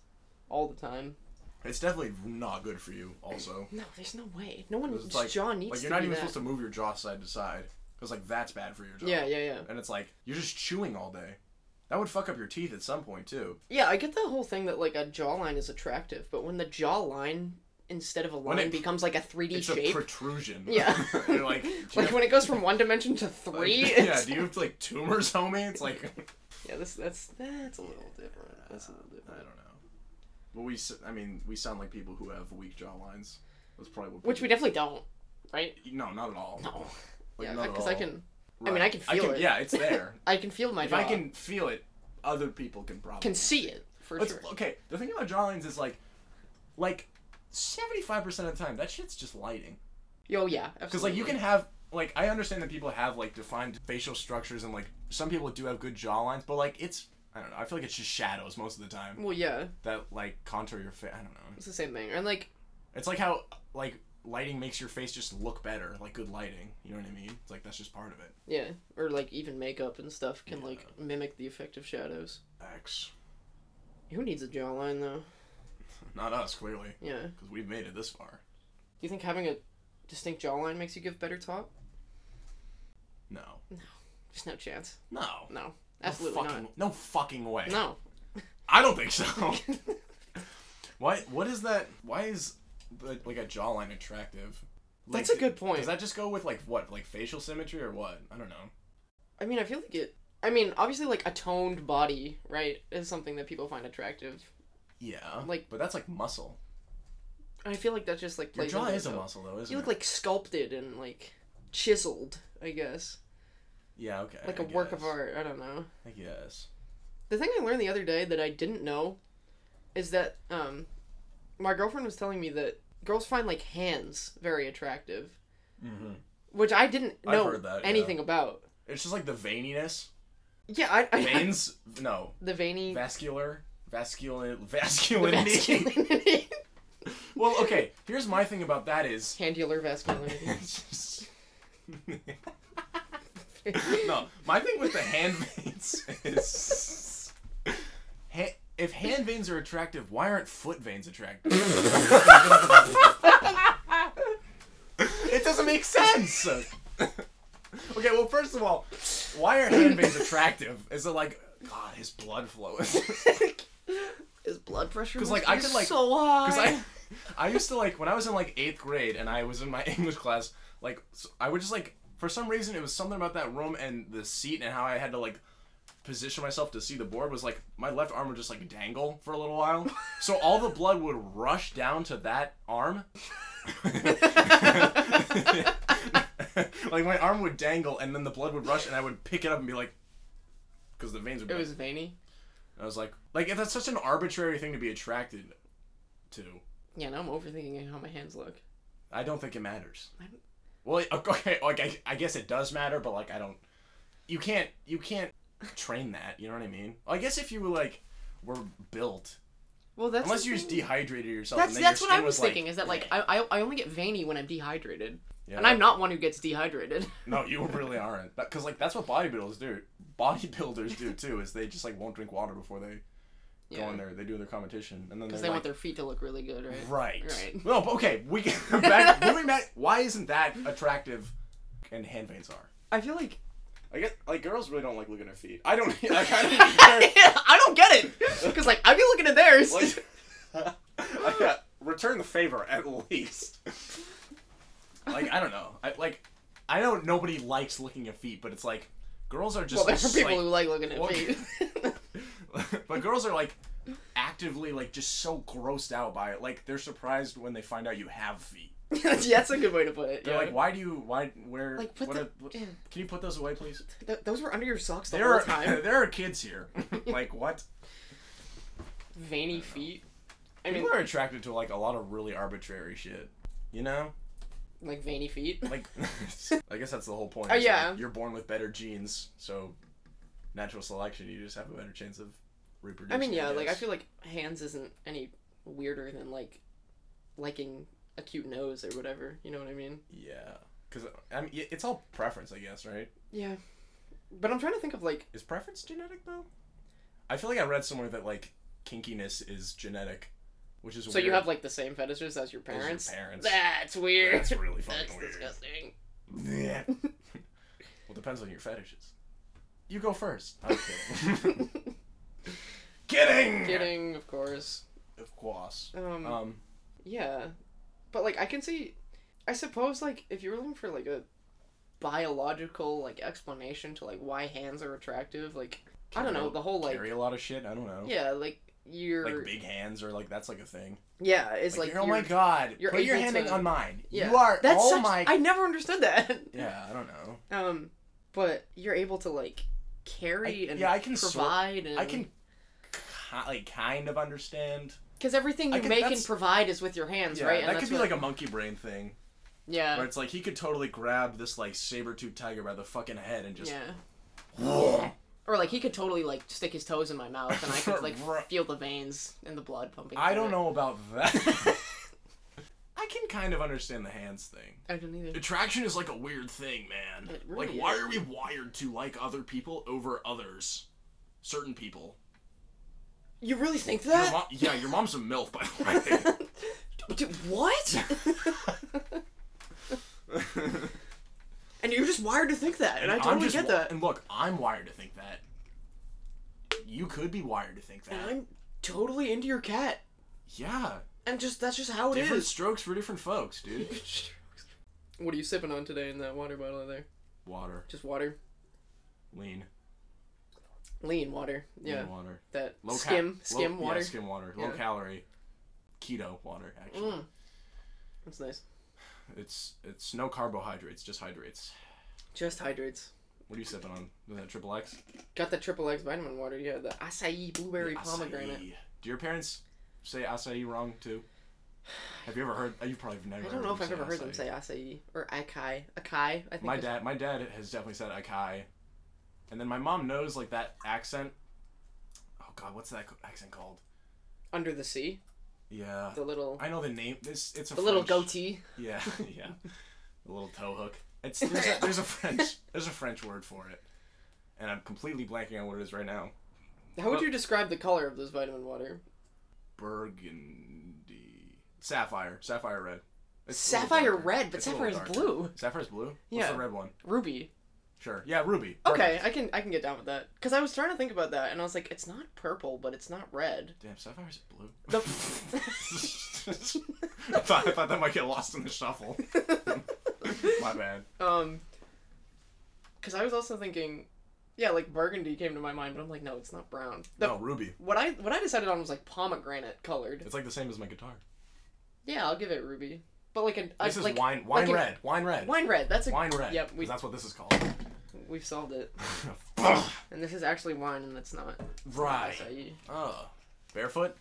S1: all the time
S2: It's definitely not good for you, also.
S1: no there's no way no one
S2: 'Cause
S1: just
S2: it's like,
S1: jaw needs
S2: like,
S1: to
S2: you're not
S1: do
S2: even
S1: that.
S2: supposed to move your jaw side to side. Because, like, that's bad for your jaw.
S1: yeah yeah yeah
S2: And it's like, you're just chewing all day. That would fuck up your teeth at some point, too.
S1: yeah I get the whole thing that like a jawline is attractive but when the jawline instead of a
S2: When
S1: line
S2: it-
S1: becomes like a 3D
S2: It's
S1: shape
S2: a protrusion.
S1: Yeah.
S2: you're like, do you
S1: like
S2: have-
S1: when it goes from one dimension to three.
S2: like, yeah,
S1: it's-
S2: do you have, like, tumors, homie? It's like,
S1: Yeah, this that's that's a little different. That's a little
S2: I don't
S1: different.
S2: know. But we, s- I mean, we sound like people who have weak jawlines. That's probably what
S1: Which we definitely don't, right?
S2: No, not at all.
S1: No.
S2: Like,
S1: yeah,
S2: not at
S1: because I
S2: all.
S1: can I mean, I can feel it.
S2: Yeah, it's there.
S1: I can feel my
S2: if
S1: jaw.
S2: I can feel it, other people can probably.
S1: can see it for
S2: Let's-
S1: sure.
S2: Okay, the thing about drawings is like, like, seventy five percent of the time that shit's just lighting.
S1: Yo, yeah,
S2: Because
S1: absolutely.
S2: like you can have like I understand that people have like defined facial structures and like some people do have good jaw lines, but like it's I don't know. I feel like it's just shadows most of the time
S1: Well, yeah,
S2: that like contour your face. I don't know.
S1: it's the same thing. And like,
S2: It's like how like lighting makes your face just look better, like good lighting. You know what I mean? It's like that's just part of it.
S1: yeah, or like even makeup and stuff can
S2: Yeah.
S1: like mimic the effect of shadows.
S2: X,
S1: Who needs a jawline though?
S2: not us clearly,
S1: Yeah. Do
S2: because we've made it this far.
S1: you think having a distinct jawline makes you give better talk?
S2: No,
S1: There's no chance.
S2: no.
S1: No, absolutely
S2: no fucking,
S1: not.
S2: No fucking way.
S1: No.
S2: I don't think so. Why? What is that? Why is the, like a jawline attractive? Like,
S1: That's a good point.
S2: Does that just go with like what, like facial symmetry or what? I don't know.
S1: I mean, I feel like it. I mean, obviously, like a toned body, right, is something that people find attractive.
S2: Yeah.
S1: Like-
S2: but that's like muscle.
S1: And I feel like that just like
S2: Your
S1: plays
S2: jaw
S1: into
S2: is
S1: it,
S2: a
S1: though.
S2: muscle though, isn't
S1: You look
S2: it?
S1: like sculpted and like chiseled, I guess,
S2: yeah. Okay.
S1: like
S2: a
S1: a work of art. I don't know.
S2: I guess.
S1: The thing I learned the other day that I didn't know is that um, my girlfriend was telling me that girls find like hands very attractive,
S2: Mm-hmm.
S1: which I didn't
S2: I've
S1: know
S2: heard that, yeah.
S1: anything about.
S2: It's just like the veininess.
S1: Yeah, I, I
S2: Veins? no.
S1: the veiny.
S2: Vascular. Vascular.
S1: the
S2: Vasculinity.
S1: vasculinity.
S2: well, okay. Here's my thing about that is.
S1: Candular vasculinity.
S2: It's just- no, my thing with the hand veins is ha- if hand veins are attractive, why aren't foot veins attractive? it doesn't make sense. okay, well, first of all, why are hand veins attractive? Is it like God, his blood flow? Because
S1: His blood pressure was
S2: 'Cause, like, I could, like-
S1: so high.
S2: I, I used to like when I was in like eighth grade and I was in my English class. Like s- I would just like for some reason it was something about that room and the seat and how I had to like position myself to see the board was like my left arm would just like dangle for a little while. So all the blood would rush down to that arm. like my arm would dangle and then the blood would rush and I would pick it up and be like because the veins would be
S1: It
S2: like-
S1: was veiny.
S2: I was like like if that's such an arbitrary thing to be attracted to.
S1: Yeah, now I'm overthinking how my hands look.
S2: I don't think it matters.
S1: I don't-
S2: Well, okay, like I, I guess it does matter, but like I don't. You can't you can't train that. You know what I mean? I guess if you were like were built.
S1: Well, that's
S2: Unless
S1: the
S2: you're just
S1: thing.
S2: dehydrated yourself.
S1: That's
S2: and then
S1: that's
S2: your
S1: what I
S2: skin
S1: was
S2: like-
S1: thinking. is that like I, I I only get veiny when I'm dehydrated,
S2: Yeah,
S1: and I'm not one who gets dehydrated.
S2: No, you really aren't. Because like that's what bodybuilders do. Bodybuilders do too. Is they just like won't drink water before they go
S1: Yeah,
S2: in there. They do their competition, and then
S1: because they
S2: they're like,
S1: want their feet to look really good, right?
S2: Right.
S1: Right.
S2: No, but okay. We can back moving back. Why isn't that attractive? And hand veins are.
S1: I feel like
S2: I guess like girls really don't like looking at feet. I don't. I kind of
S1: I don't get it because like I'd be looking at theirs.
S2: Like, I got- return the favor at least. like I don't know. I like. I know nobody likes looking at feet, but it's like girls are
S1: well,
S2: just
S1: there are people
S2: like-
S1: who like looking at
S2: Well,
S1: feet.
S2: but girls are like actively like just so grossed out by it. Like they're surprised when they find out you have feet.
S1: yeah, that's a good way to put it.
S2: They're
S1: Yeah.
S2: like, why do you why where
S1: Like, put
S2: what
S1: the-
S2: are- what-
S1: yeah.
S2: can you put those away, please?
S1: Th- those were under your socks the
S2: There
S1: whole
S2: are
S1: time.
S2: there are kids here. like what?
S1: Veiny feet. I mean,
S2: People are attracted to like a lot of really arbitrary shit. You know,
S1: like veiny feet.
S2: like I guess that's the whole point.
S1: Oh,
S2: is, like,
S1: yeah.
S2: you're born with better genes, so natural selection. You just have a better chance of reproducing.
S1: I mean, yeah, like I
S2: guess.
S1: feel like hands isn't any weirder than like liking a cute nose or whatever. You know what I mean?
S2: yeah, because I mean, it's all preference, I guess, right?
S1: Yeah. But I'm trying to think of like
S2: Is preference genetic though? I feel like I read somewhere that like kinkiness is genetic, which is
S1: so
S2: weird.
S1: you have like the same fetishes as your
S2: Those are your
S1: parents.
S2: parents.
S1: That's weird.
S2: That's really fucking
S1: That's
S2: weird.
S1: disgusting.
S2: Yeah. well, depends on your fetishes. You go first. I'm kidding. kidding.
S1: Kidding, of course.
S2: Of course.
S1: Um,
S2: Um.
S1: yeah, but like I can see, I suppose like if you were looking for like a biological like explanation to like why hands are attractive, like I don't know
S2: carry-
S1: the whole like
S2: carry a lot of shit. I don't know.
S1: yeah like your
S2: Like big hands or like that's like a thing.
S1: yeah it's like,
S2: Like, oh my
S1: you're-
S2: god,
S1: you're
S2: put your
S1: able
S2: hand
S1: to-
S2: on mine.
S1: yeah
S2: You are.
S1: that's
S2: oh
S1: such,
S2: my.
S1: I never understood that
S2: Yeah, I don't know.
S1: um but you're able to like carry
S2: I-
S1: and
S2: yeah, I can sort-
S1: provide and
S2: I can, ki- like, kind of understand.
S1: because everything
S2: I
S1: you
S2: can-
S1: make and
S2: that's-
S1: provide is with your hands
S2: Yeah,
S1: right and
S2: that could be
S1: what-
S2: like a monkey brain thing.
S1: yeah
S2: Where it's like he could totally grab this like saber tooth tiger by the fucking head and just
S1: yeah. Or like he could totally like stick his toes in my mouth and I could like
S2: Right.
S1: feel the veins and the blood pumping.
S2: I
S1: through
S2: don't
S1: it.
S2: know about that. I can kind of understand the hands thing.
S1: I don't either.
S2: Attraction is like a weird thing, man.
S1: It really
S2: like why
S1: is.
S2: are we wired to like other people over others? Certain people.
S1: You really think
S2: Your
S1: that?
S2: mom, yeah, your mom's a MILF by the
S1: Dude, what?
S2: way.
S1: and you're just wired to think that, and, I
S2: I'm
S1: totally
S2: just
S1: get
S2: wi-
S1: that.
S2: And look, I'm wired to think that. You could be wired to think that.
S1: And I'm totally into your cat,
S2: yeah.
S1: and just that's just how it
S2: Different
S1: is.
S2: strokes for different folks, dude.
S1: What are you sipping on today in that water bottle there?
S2: Water.
S1: Just water,
S2: Lean.
S1: lean water. Yeah,
S2: Lean water.
S1: that
S2: Low ca-
S1: skim
S2: low-
S1: skim
S2: yeah,
S1: water.
S2: skim water.
S1: Yeah.
S2: Low calorie. Keto water, actually.
S1: Mm. That's nice.
S2: It's it's no carbohydrates, just hydrates.
S1: Just hydrates.
S2: What are you sipping on? Is that triple X?
S1: Got the triple X vitamin water. Yeah, the acai blueberry
S2: Acai.
S1: pomegranate.
S2: Do your parents say acai wrong too? Have you ever heard? You probably have never.
S1: I don't
S2: heard
S1: know if I've ever heard them
S2: acai.
S1: say acai or acai. Acai, I think.
S2: My
S1: it's-
S2: dad, my dad has definitely said acai, and then my mom knows like that accent. Oh God, what's that co- accent called?
S1: Under the sea,
S2: Yeah,
S1: the little,
S2: I know the name. This it's a
S1: the little
S2: French-
S1: goatee.
S2: Yeah, yeah, the little toe hook. It's there's a, there's a French there's a French word for it, and I'm completely blanking on what it is right now.
S1: How would
S2: Well-
S1: you describe the color of this vitamin water?
S2: Burgundy, sapphire, sapphire red. It's a little
S1: Sapphire
S2: darker.
S1: red, but
S2: It's a
S1: sapphire
S2: little
S1: is
S2: darker.
S1: blue.
S2: Sapphire's blue. What's
S1: Yeah.
S2: the red one?
S1: Ruby.
S2: Sure. Yeah, ruby.
S1: Okay, I can I can get down with that. Cause I was trying to think about that, and I was like, it's not purple, but it's not red.
S2: Damn, Sapphire's blue.
S1: The-
S2: I, thought, I thought that might get lost in the shuffle. My bad.
S1: um, cause I was also thinking, yeah, like burgundy came to my mind, but I'm like, no, it's not brown. The-
S2: No, ruby.
S1: What I what I decided on was like pomegranate colored.
S2: It's like the same as my guitar.
S1: Yeah, I'll give it ruby. But like an I-
S2: This is
S1: Uh, like,
S2: wine, wine
S1: like an-
S2: red, wine red, wine,
S1: Wine red. That's a
S2: red.
S1: Yep,
S2: 'cause
S1: we
S2: that's what this is called.
S1: we've solved it.
S2: Ugh,
S1: And this is actually wine, and it's not.
S2: right.
S1: acai.
S2: Oh, barefoot.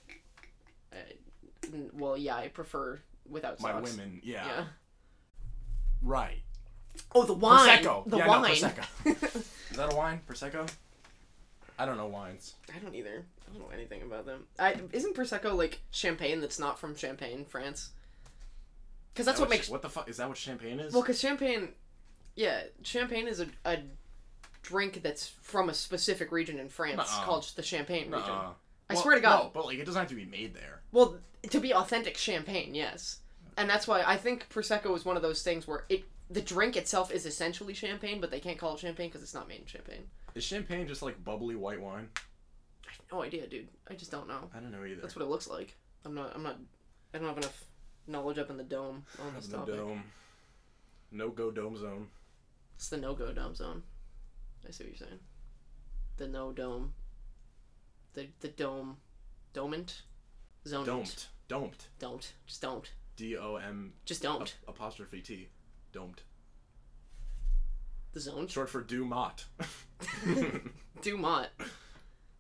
S1: N- Well, yeah, I prefer without
S2: My
S1: socks.
S2: women. Yeah.
S1: Yeah.
S2: Right.
S1: Oh, the wine.
S2: Prosecco.
S1: The
S2: yeah,
S1: wine.
S2: No, prosecco. is that a wine? Prosecco. I don't know wines.
S1: I don't either. I don't know anything about them. I isn't prosecco like champagne that's not from Champagne, France? Because that's
S2: That
S1: what makes
S2: What the fuck is that? What champagne is?
S1: well, because champagne, yeah, champagne is a, a drink that's from a specific region in France
S2: Nuh-uh.
S1: called the Champagne region.
S2: Nuh-uh.
S1: I
S2: Well,
S1: swear to God.
S2: No, but like it doesn't have to be made there.
S1: Well, to be authentic champagne, yes. And that's why I think prosecco is one of those things where it the drink itself is essentially champagne, but they can't call it champagne because it's not made in champagne.
S2: Is champagne just like bubbly white wine?
S1: I have no idea, dude. I just don't know.
S2: I don't know either.
S1: That's what it looks like. I'm not. I'm not. I don't have enough knowledge up in the dome on this
S2: the
S1: topic.
S2: dome. No go dome zone.
S1: It's the no go dome zone. I see what you're saying. The no dome. The the dome, domant, zone. Don't.
S2: Domed. Domed.
S1: Don't. Just don't.
S2: D O M
S1: Just don't.
S2: apostrophe T. Domed.
S1: The zone.
S2: Short for do mot.
S1: Do Mott.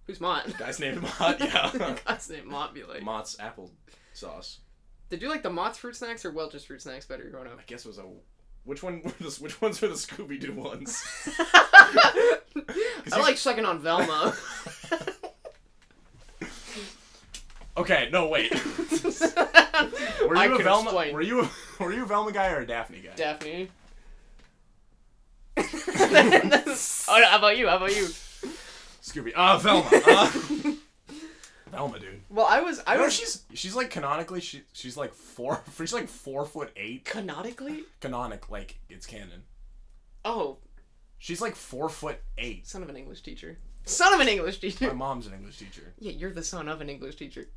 S1: Who's Mott?
S2: Guy's named Mott, yeah.
S1: God's name Mott be like.
S2: Mott's apple sauce.
S1: Did you like the Mott's fruit snacks or Welch's fruit snacks better growing up?
S2: I guess it was a which one were the which ones were the Scooby Doo ones?
S1: I
S2: 'Cause you-
S1: like sucking on Velma.
S2: Okay, no wait. Were you
S1: I
S2: a
S1: can
S2: Velma?
S1: explain.
S2: Were you a, were you a Velma guy or a Daphne guy?
S1: Daphne. oh, no, how about you? How about you?
S2: Scooby. Ah, Velma. ah. Velma, dude.
S1: Well, I was. I
S2: I know
S1: was.
S2: she's she's like canonically she she's like four she's like four foot eight
S1: canonically.
S2: canonic like it's canon.
S1: Oh,
S2: She's like four foot eight.
S1: son of an English teacher. Son of an English
S2: My
S1: teacher.
S2: mom's an English teacher.
S1: Yeah, you're the son of an English teacher.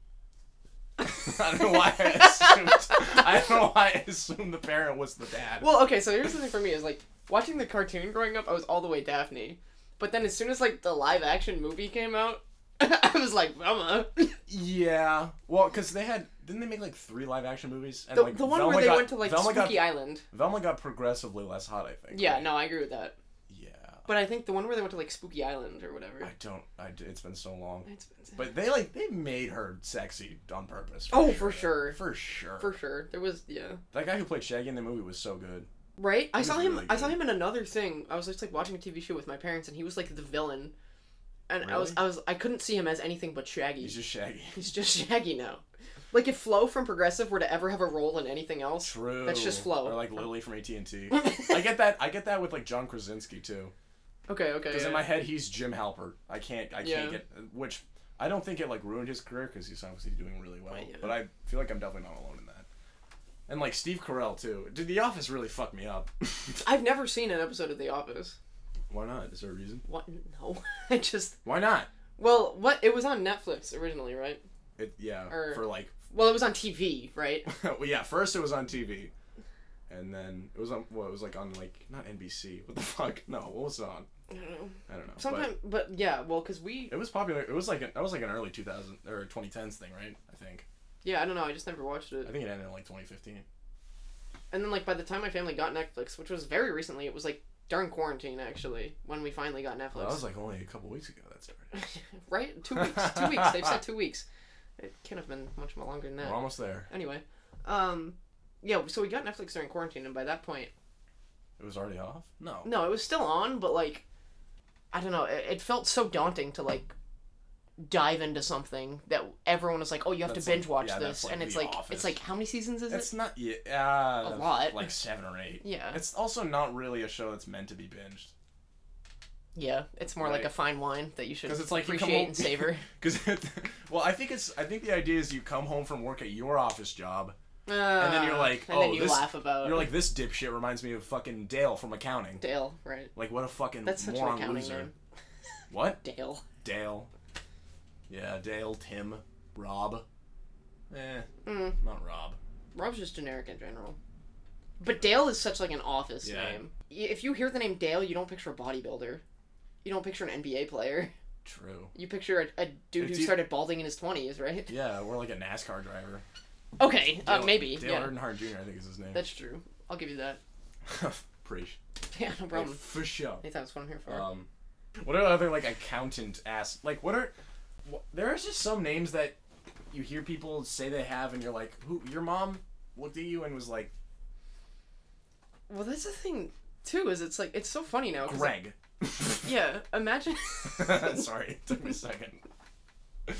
S2: I don't know why I assumed. I don't know why I assumed the parent was the dad.
S1: Well, okay, so here's the thing for me is like watching the cartoon growing up, I was all the way Daphne. But then as soon as like the live action movie came out, I was like, Velma.
S2: yeah. Well, because they had didn't they make like three live action movies? And
S1: The,
S2: like
S1: the one
S2: Velma
S1: where they
S2: got-
S1: went to like
S2: Velma
S1: Spooky
S2: got
S1: Island.
S2: Velma got progressively less hot. I think.
S1: Yeah,
S2: right?
S1: no, I agree with that.
S2: Yeah.
S1: But I think the one where they went to like Spooky Island or whatever.
S2: I don't. I d- it's been so long.
S1: It's been-
S2: But they like they made her sexy on purpose.
S1: Oh, for sure.
S2: For sure.
S1: for sure. There was yeah.
S2: That guy who played Shaggy in the movie was so good.
S1: Right? I
S2: was
S1: saw him
S2: really
S1: I saw
S2: good.
S1: him in another thing. I was just like watching a TV show with my parents and he was like the villain. And I was
S2: Really?
S1: I was I couldn't see him as anything but Shaggy.
S2: He's just Shaggy.
S1: He's just Shaggy now. Like if Flo from Progressive were to ever have a role in anything else,
S2: True.
S1: That's just Flo.
S2: Or like Lily from AT and T. I get that. I get that with like John Krasinski too.
S1: okay, okay.
S2: Because
S1: yeah.
S2: in my head he's Jim Halpert. I can't. I
S1: Yeah.
S2: can't get. Which I don't think it like ruined his career because he's obviously doing really well.
S1: Right, yeah.
S2: But I feel like I'm definitely not alone in that. And like Steve Carell too. Did The Office really fuck me up?
S1: I've never seen an episode of The Office.
S2: Why not? Is there a reason?
S1: What? No, I just
S2: Why not?
S1: well, what it was on Netflix originally, right?
S2: It yeah.
S1: Or-
S2: for like
S1: Well, it was on TV, right?
S2: well, yeah, first it was on TV, and then it was on. Well, it was like on like not NBC. What the fuck? No, what was it on?
S1: I don't know.
S2: I don't know. but
S1: Sometimes, but, yeah, well, cause we
S2: it was popular. It was like an, that was like an early 2000 or 2010s thing, right? I think.
S1: yeah, I don't know, I just never watched it.
S2: I think it ended in like 2015.
S1: And then like by the time my family got Netflix, which was very recently, it was like during quarantine actually when we finally got Netflix.
S2: Well, that was like only a couple weeks ago that started.
S1: right? Two weeks. Two weeks. They've said two weeks. It can't have been much more longer than that.
S2: We're almost there.
S1: Anyway, um, yeah. So we got Netflix during quarantine, and by that point,
S2: It was already off. No.
S1: no, it was still on, but like, I don't know. It, it felt so daunting to like dive into something that everyone was like, "Oh, you have
S2: That's
S1: to binge
S2: like-
S1: watch
S2: yeah, that's
S1: this,"
S2: like
S1: and it's
S2: The
S1: like,
S2: Office.
S1: it's like, how many seasons is
S2: It's
S1: it?
S2: not yeah.
S1: A lot.
S2: Like seven or eight.
S1: Yeah,
S2: It's also not really a show that's meant to be binged.
S1: yeah. It's more like
S2: Right.
S1: a fine wine that you should
S2: 'Cause it's like you come
S1: appreciate
S2: home-
S1: and savor.
S2: Cause, it, well, I think it's. I think the idea is you come home from work at your office job,
S1: uh,
S2: and then you're like,
S1: and
S2: oh,
S1: then you
S2: this,
S1: laugh about
S2: You're like this dipshit reminds me of fucking Dale from accounting.
S1: Dale, right?
S2: Like what a fucking
S1: That's such an
S2: moron
S1: accounting
S2: loser.
S1: name,
S2: What?
S1: Dale.
S2: Dale. Yeah, Dale, Tim, Rob. Eh,
S1: Mm.
S2: not Rob.
S1: Rob's just generic in general. But Dale is such like an office name.
S2: Yeah.
S1: name. Y- If you hear the name Dale, you don't picture a bodybuilder. You don't picture an NBA player.
S2: True.
S1: You picture a, a dude
S2: It's
S1: who
S2: e-
S1: started balding in his twenties, right?
S2: Yeah, we're like a NASCAR driver.
S1: Okay, uh,
S2: Dale-
S1: maybe.
S2: Dale
S1: yeah,
S2: Earnhardt Jr. I think is his name.
S1: that's true. I'll give you that.
S2: Preach.
S1: Yeah, no
S2: Like,
S1: problem.
S2: for sure.
S1: I think that's what I'm here for.
S2: Um, what are other like accountant ass? Like what are? Wh- there are just some names that you hear people say they have, and you're like, who? Your mom looked at you and was like,
S1: well, that's the thing too. Is it's like it's so funny now. 'cause,
S2: Greg.
S1: Yeah, imagine.
S2: Sorry, it took me a second.
S1: yeah,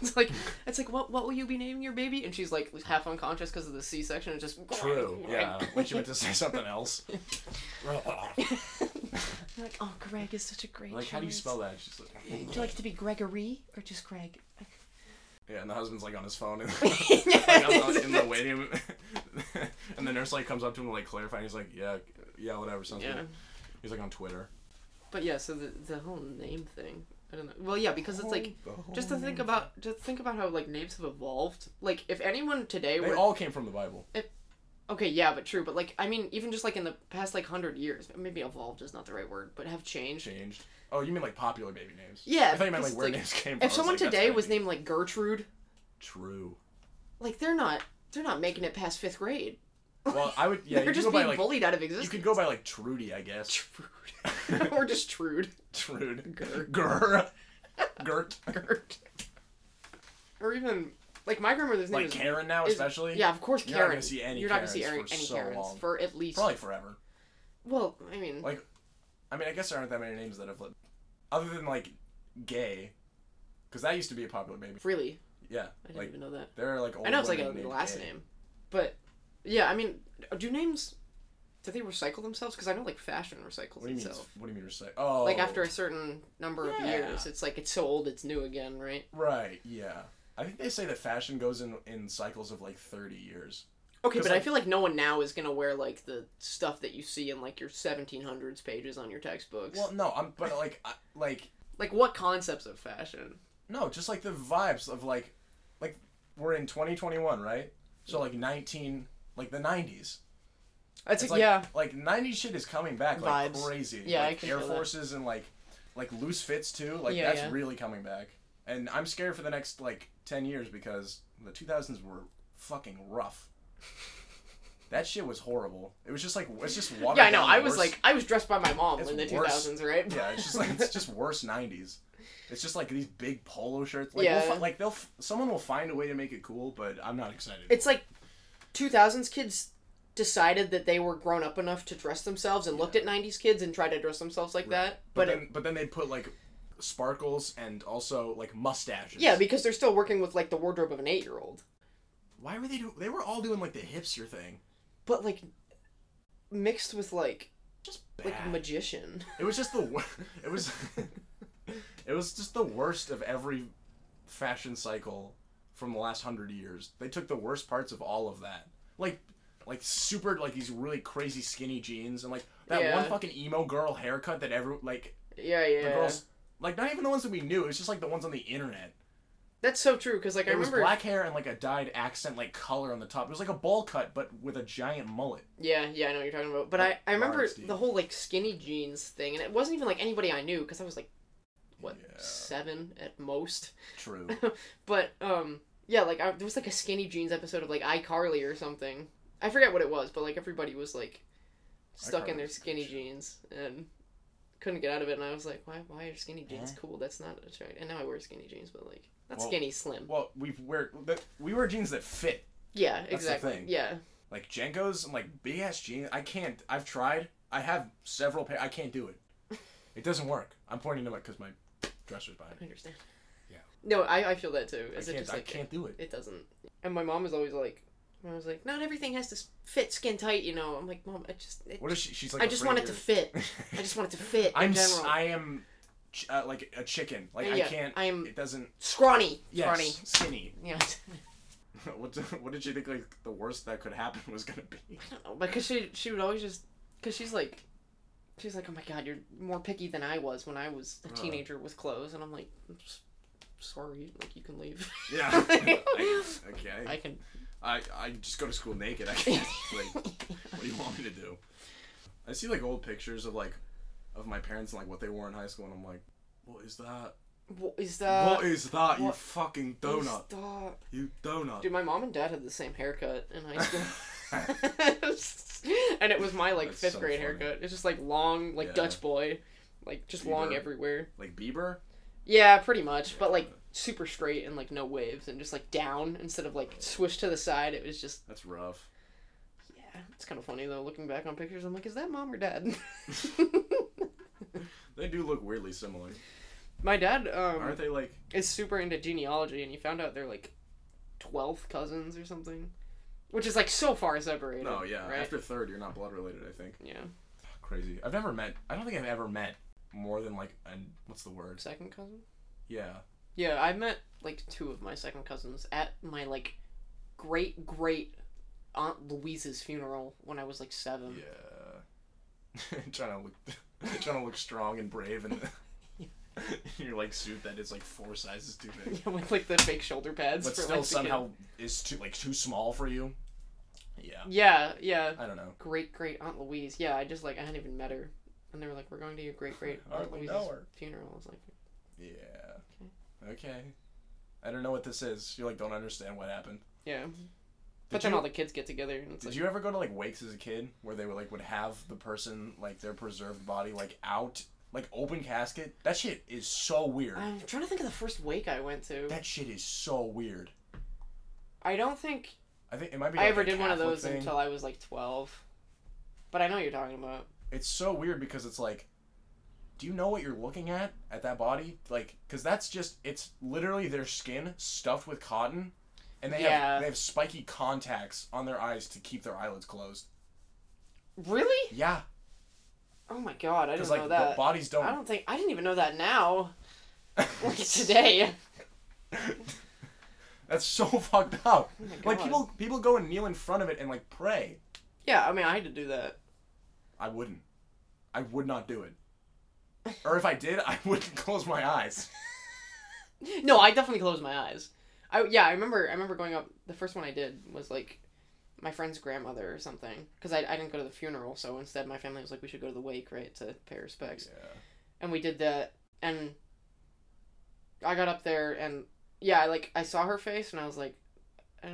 S1: it's like it's like what what will you be naming your baby? And she's like half unconscious because of the C section. and just
S2: True. Yeah. When she meant to say something else.
S1: I'm like, oh, Greg is such a great.
S2: like, how do you
S1: choice.
S2: spell that? She's like,
S1: Do you like it to be Gregory or just Greg?
S2: yeah. And the husband's like on his phone and like, I'm in the waiting room. and the nurse like comes up to him to like clarify. And he's like, yeah, yeah, whatever. Sounds
S1: Yeah,
S2: good. He's like on Twitter.
S1: but yeah, so the the whole name thing. I don't know. Well, yeah, because it's like just to think about just think about how like names have evolved. Like if anyone today
S2: They
S1: were
S2: all came from the Bible.
S1: okay, yeah, but true. But like I mean, even just like in the past like hundred years, maybe evolved is not the right word, but have changed.
S2: Changed. Oh, you mean like popular baby names?
S1: Yeah,
S2: I thought you meant like
S1: because,
S2: where
S1: like,
S2: names came from. I
S1: If
S2: was
S1: someone
S2: like, that's
S1: today was
S2: crazy.
S1: named like Gertrude,
S2: True.
S1: like they're not they're not making it past fifth grade.
S2: Well, I would. Yeah, you
S1: they're
S2: could
S1: just
S2: go by
S1: being
S2: like
S1: bullied out of
S2: you
S1: existence.
S2: could go by like Trudy, I guess.
S1: Trude. or just Trude.
S2: Trude.
S1: Gert.
S2: Gur. Gert.
S1: Gert. Or even like my grandmother's name
S2: Like
S1: is
S2: Karen now,
S1: is-
S2: especially.
S1: Yeah, of course
S2: You're
S1: Karen.
S2: not gonna see any
S1: You're not gonna see
S2: Karens
S1: any,
S2: for
S1: any
S2: so
S1: Karens
S2: long.
S1: for at least
S2: Probably forever.
S1: well, I mean
S2: Like, I mean, I guess there aren't that many names that have lived, other than like gay, because that used to be a popular baby.
S1: really.
S2: Yeah,
S1: I didn't
S2: like
S1: even know that.
S2: there are like old
S1: I know it's like
S2: women
S1: a
S2: named
S1: last
S2: Gay.
S1: name. But yeah, I mean do names do they recycle themselves? Because I know like fashion recycles
S2: What do you mean?
S1: itself.
S2: What do you mean? Recycle? Oh,
S1: Like after a certain number of
S2: Yeah.
S1: years, it's like it's so old it's new again, right?
S2: Right. Yeah. I think they say that fashion goes in in cycles of like thirty years.
S1: Okay,
S2: 'Cause,
S1: but I
S2: like-
S1: feel like no one now is gonna wear like the stuff that you see in like your 1700s pages on your textbooks.
S2: Well, no, I'm but like I, like
S1: like what concepts of fashion?
S2: no, just like the vibes of like like we're in 2021, right? So like 19 like the 90s.
S1: That's like,
S2: It's like
S1: yeah,
S2: like 90s shit is coming back like
S1: Vibes.
S2: crazy.
S1: Yeah,
S2: like,
S1: I can
S2: Air
S1: feel that.
S2: Forces and like like loose fits too. Like
S1: Yeah,
S2: that's
S1: yeah.
S2: really coming back. And I'm scared for the next like 10 years because the 2000s were fucking rough. That shit was horrible. It was just like it's just watered
S1: yeah. I know.
S2: down
S1: I was
S2: worse.
S1: like, I was dressed by my mom
S2: It's
S1: in the
S2: worse.
S1: 2000s, right?
S2: Yeah, it's just like it's just worse '90s. It's just like these big polo shirts. Like,
S1: Yeah.
S2: we'll fi- like they'll f- someone will find a way to make it cool, but I'm not excited.
S1: it's like 2000s kids decided that they were grown up enough to dress themselves and looked at 90s kids and tried to dress themselves like that,
S2: but,
S1: but.
S2: then,
S1: it,
S2: but then they put like sparkles and also like mustaches.
S1: yeah, because they're still working with like the wardrobe of an eight-year-old.
S2: why were they doing? They were all doing like the hipster thing.
S1: But like, mixed with like
S2: Just bad.
S1: like magician.
S2: it was just the wor- it was it was just the worst of every fashion cycle from the last hundred years. They took the worst parts of all of that, like like super like these really crazy skinny jeans and like that
S1: Yeah.
S2: one fucking emo girl haircut that every like
S1: Yeah, yeah.
S2: the girls like not even the ones that we knew. It was just like the ones on the internet.
S1: That's so true because like I
S2: It was
S1: remember.
S2: black hair and like a dyed accent like color on the top. It was like a bowl cut but with a giant mullet.
S1: Yeah, yeah, I know what you're talking about. But I, I
S2: Like,
S1: remember
S2: large dude.
S1: the whole like skinny jeans thing, and it wasn't even like anybody I knew because I was like, what
S2: Yeah.
S1: seven at most.
S2: True.
S1: But um, yeah, like I, there was like a skinny jeans episode of like iCarly or something. I forget what it was, but like everybody was like stuck in their
S2: iCarly's good
S1: skinny
S2: shit.
S1: jeans and couldn't get out of it. And I was like, why, why are skinny jeans cool? That's not attractive. And now I wear skinny jeans, but like not
S2: Uh-huh. Well-
S1: skinny, slim.
S2: well, we wear that- we wear jeans that fit.
S1: yeah,
S2: the
S1: exactly.
S2: thing.
S1: Yeah,
S2: like Jenkos and like big ass jeans. I can't. I've tried. I have several pair. I can't do it. It doesn't work. I'm pointing to my because my dresser's behind.
S1: I understand.
S2: Yeah.
S1: No, I, I feel that too.
S2: I
S1: Is it
S2: can't.
S1: just
S2: I
S1: like-
S2: can't do it.
S1: it doesn't. And my mom was always like, I was like, not everything has to s- fit skin tight, you know. I'm like, mom, I just, it,
S2: What is she? She's like.
S1: I just
S2: afraid
S1: want
S2: of
S1: it to
S2: you.
S1: fit. I just want it to fit in
S2: I'm. s-
S1: general.
S2: I am. ch- Uh, like a chicken. Like I
S1: Yeah,
S2: can't.
S1: I am-
S2: It doesn't.
S1: Scrawny,
S2: Yes.
S1: scrawny.
S2: Skinny.
S1: Yeah,
S2: what, did, what did you think? Like the worst that could happen was gonna be.
S1: I don't know, because she she would always just, because she's like, she's like, oh my god, you're more picky than I was when I was a
S2: Huh.
S1: teenager with clothes, and I'm like, I'm s- sorry, like you can leave.
S2: Yeah. I,
S1: I
S2: okay.
S1: can.
S2: I, I just go to school naked. I can't. Like, What do you want me to do? I see like old pictures of like of my parents and like what they wore in high school, and I'm like, what is that?
S1: what is that?
S2: what is that? you
S1: Uh, what
S2: fucking
S1: Is
S2: donut!
S1: that?
S2: You donut!
S1: Dude, my mom and dad had the same haircut in high school. and it was my like
S2: That's
S1: fifth
S2: so
S1: grade
S2: funny.
S1: haircut. It's just like long, like
S2: Yeah.
S1: Dutch boy, like just long
S2: Bieber.
S1: everywhere.
S2: like Bieber?
S1: Yeah, pretty much. But like
S2: Yeah.
S1: super straight and like no waves and just like down instead of like swished to the side. It was just
S2: That's rough.
S1: yeah. It's kind of funny though. Looking back on pictures, I'm like, is that mom or dad?
S2: They do look weirdly similar.
S1: My dad
S2: Aren't
S1: um,
S2: they like
S1: is super into genealogy, and he found out they're like twelfth cousins or something, which is like so far separated.
S2: No, yeah.
S1: right?
S2: After third, you're not blood related, I think.
S1: yeah,
S2: Crazy. I've never met I don't think I've ever met more than like an what's the word?
S1: second cousin.
S2: Yeah.
S1: Yeah, I met like two of my second cousins at my like great great aunt Louise's funeral when I was like seven.
S2: Yeah. trying to look trying to look strong and brave and your like suit that is like four sizes too big.
S1: Yeah, with like the fake shoulder pads.
S2: But
S1: for,
S2: still
S1: like, the kid.
S2: somehow is too like too small for you. Yeah.
S1: Yeah, yeah.
S2: I don't know.
S1: Great great aunt Louise. Yeah, I just like I hadn't even met her, and they were like, "We're going to your great great aunt
S2: Hardly
S1: Louise's
S2: know her.
S1: funeral." I was like,
S2: Yeah. Okay. I don't know what this is. You like don't understand what happened.
S1: "Yeah." But
S2: Did
S1: then
S2: you-
S1: all the kids get together, and it's
S2: Did
S1: like,
S2: you ever go to like wakes as a kid where they would like would have the person like their preserved body like out like open casket? That shit is so weird.
S1: I'm trying to think of the first wake I went to.
S2: That shit is so weird.
S1: I don't think
S2: I think it might be.
S1: I
S2: like,
S1: ever
S2: a
S1: did one of
S2: Catholic
S1: those
S2: thing.
S1: until I was like twelve. But I know what you're talking about.
S2: It's so weird because it's like, do you know what you're looking at at that body? Like, because that's just it's literally their skin stuffed with cotton, and they
S1: Yeah.
S2: have they have spiky contacts on their eyes to keep their eyelids closed.
S1: Really?
S2: Yeah,
S1: Oh my god, I didn't
S2: because like
S1: know
S2: the
S1: that.
S2: bodies
S1: I don't think I didn't even know that now. Like today.
S2: That's so fucked up.
S1: Oh my
S2: like
S1: God.
S2: people people go and kneel in front of it and like pray.
S1: Yeah, I mean I had to do that.
S2: I wouldn't. I would not do it. Or if I did, I wouldn't close my eyes.
S1: No, I definitely closed my eyes. I yeah, I remember I remember going up the first one I did was like my friend's grandmother or something because I, I didn't go to the funeral so instead my family was like we should go to the wake right to pay respects and we did that and i got up there and yeah i like i saw her face and i was like uh,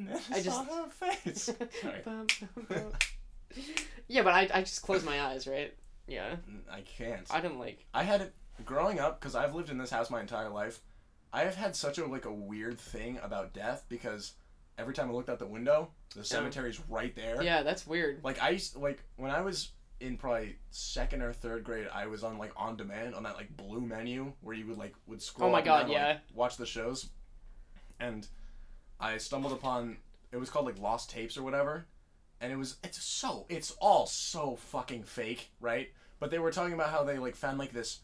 S2: I
S1: I
S2: just saw
S1: just-
S2: her face. Sorry.
S1: bum, bum, bum. yeah but I, I just closed my eyes right yeah
S2: I can't.
S1: i didn't like
S2: I had it growing up because I've lived in this house my entire life. I have had such a like a weird thing about death because every time I looked out the window, the cemetery's right there.
S1: yeah that's weird
S2: Like I used like when I was in probably second or third grade, I was on like on demand on that like blue menu where you would like would scroll.
S1: Oh my
S2: up and down
S1: God,
S2: to, like, watch the shows, and I stumbled upon it was called like Lost Tapes or whatever, and it was it's so it's all so fucking fake, right? But they were talking about how they like found like this.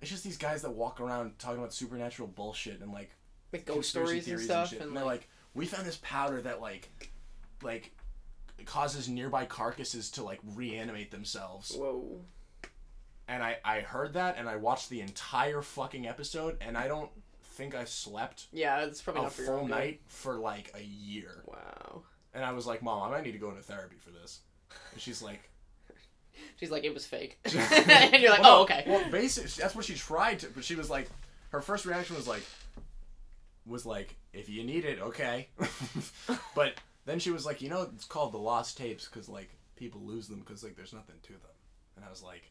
S2: It's just these guys that walk around talking about supernatural bullshit and like
S1: like ghost
S2: conspiracy
S1: stories and
S2: theories
S1: stuff
S2: shit.
S1: and,
S2: And,
S1: like,
S2: they're like, we found this powder that like, like, causes nearby carcasses to like reanimate themselves.
S1: whoa
S2: And I I heard that and I watched the entire fucking episode and I don't think I slept
S1: yeah it's probably
S2: a
S1: not for your
S2: "Oh, full
S1: own good.
S2: night for like a year.
S1: wow
S2: And I was like, Mom, I might need to go into therapy for this. And she's like,
S1: she's like it was fake and you're like
S2: Well, no,
S1: oh okay
S2: Well, basically, that's what she tried to, but she was like, her first reaction was like, was like, if you need it, okay. but then she was like, you know, it's called the lost tapes because like people lose them because like there's nothing to them. And I was like,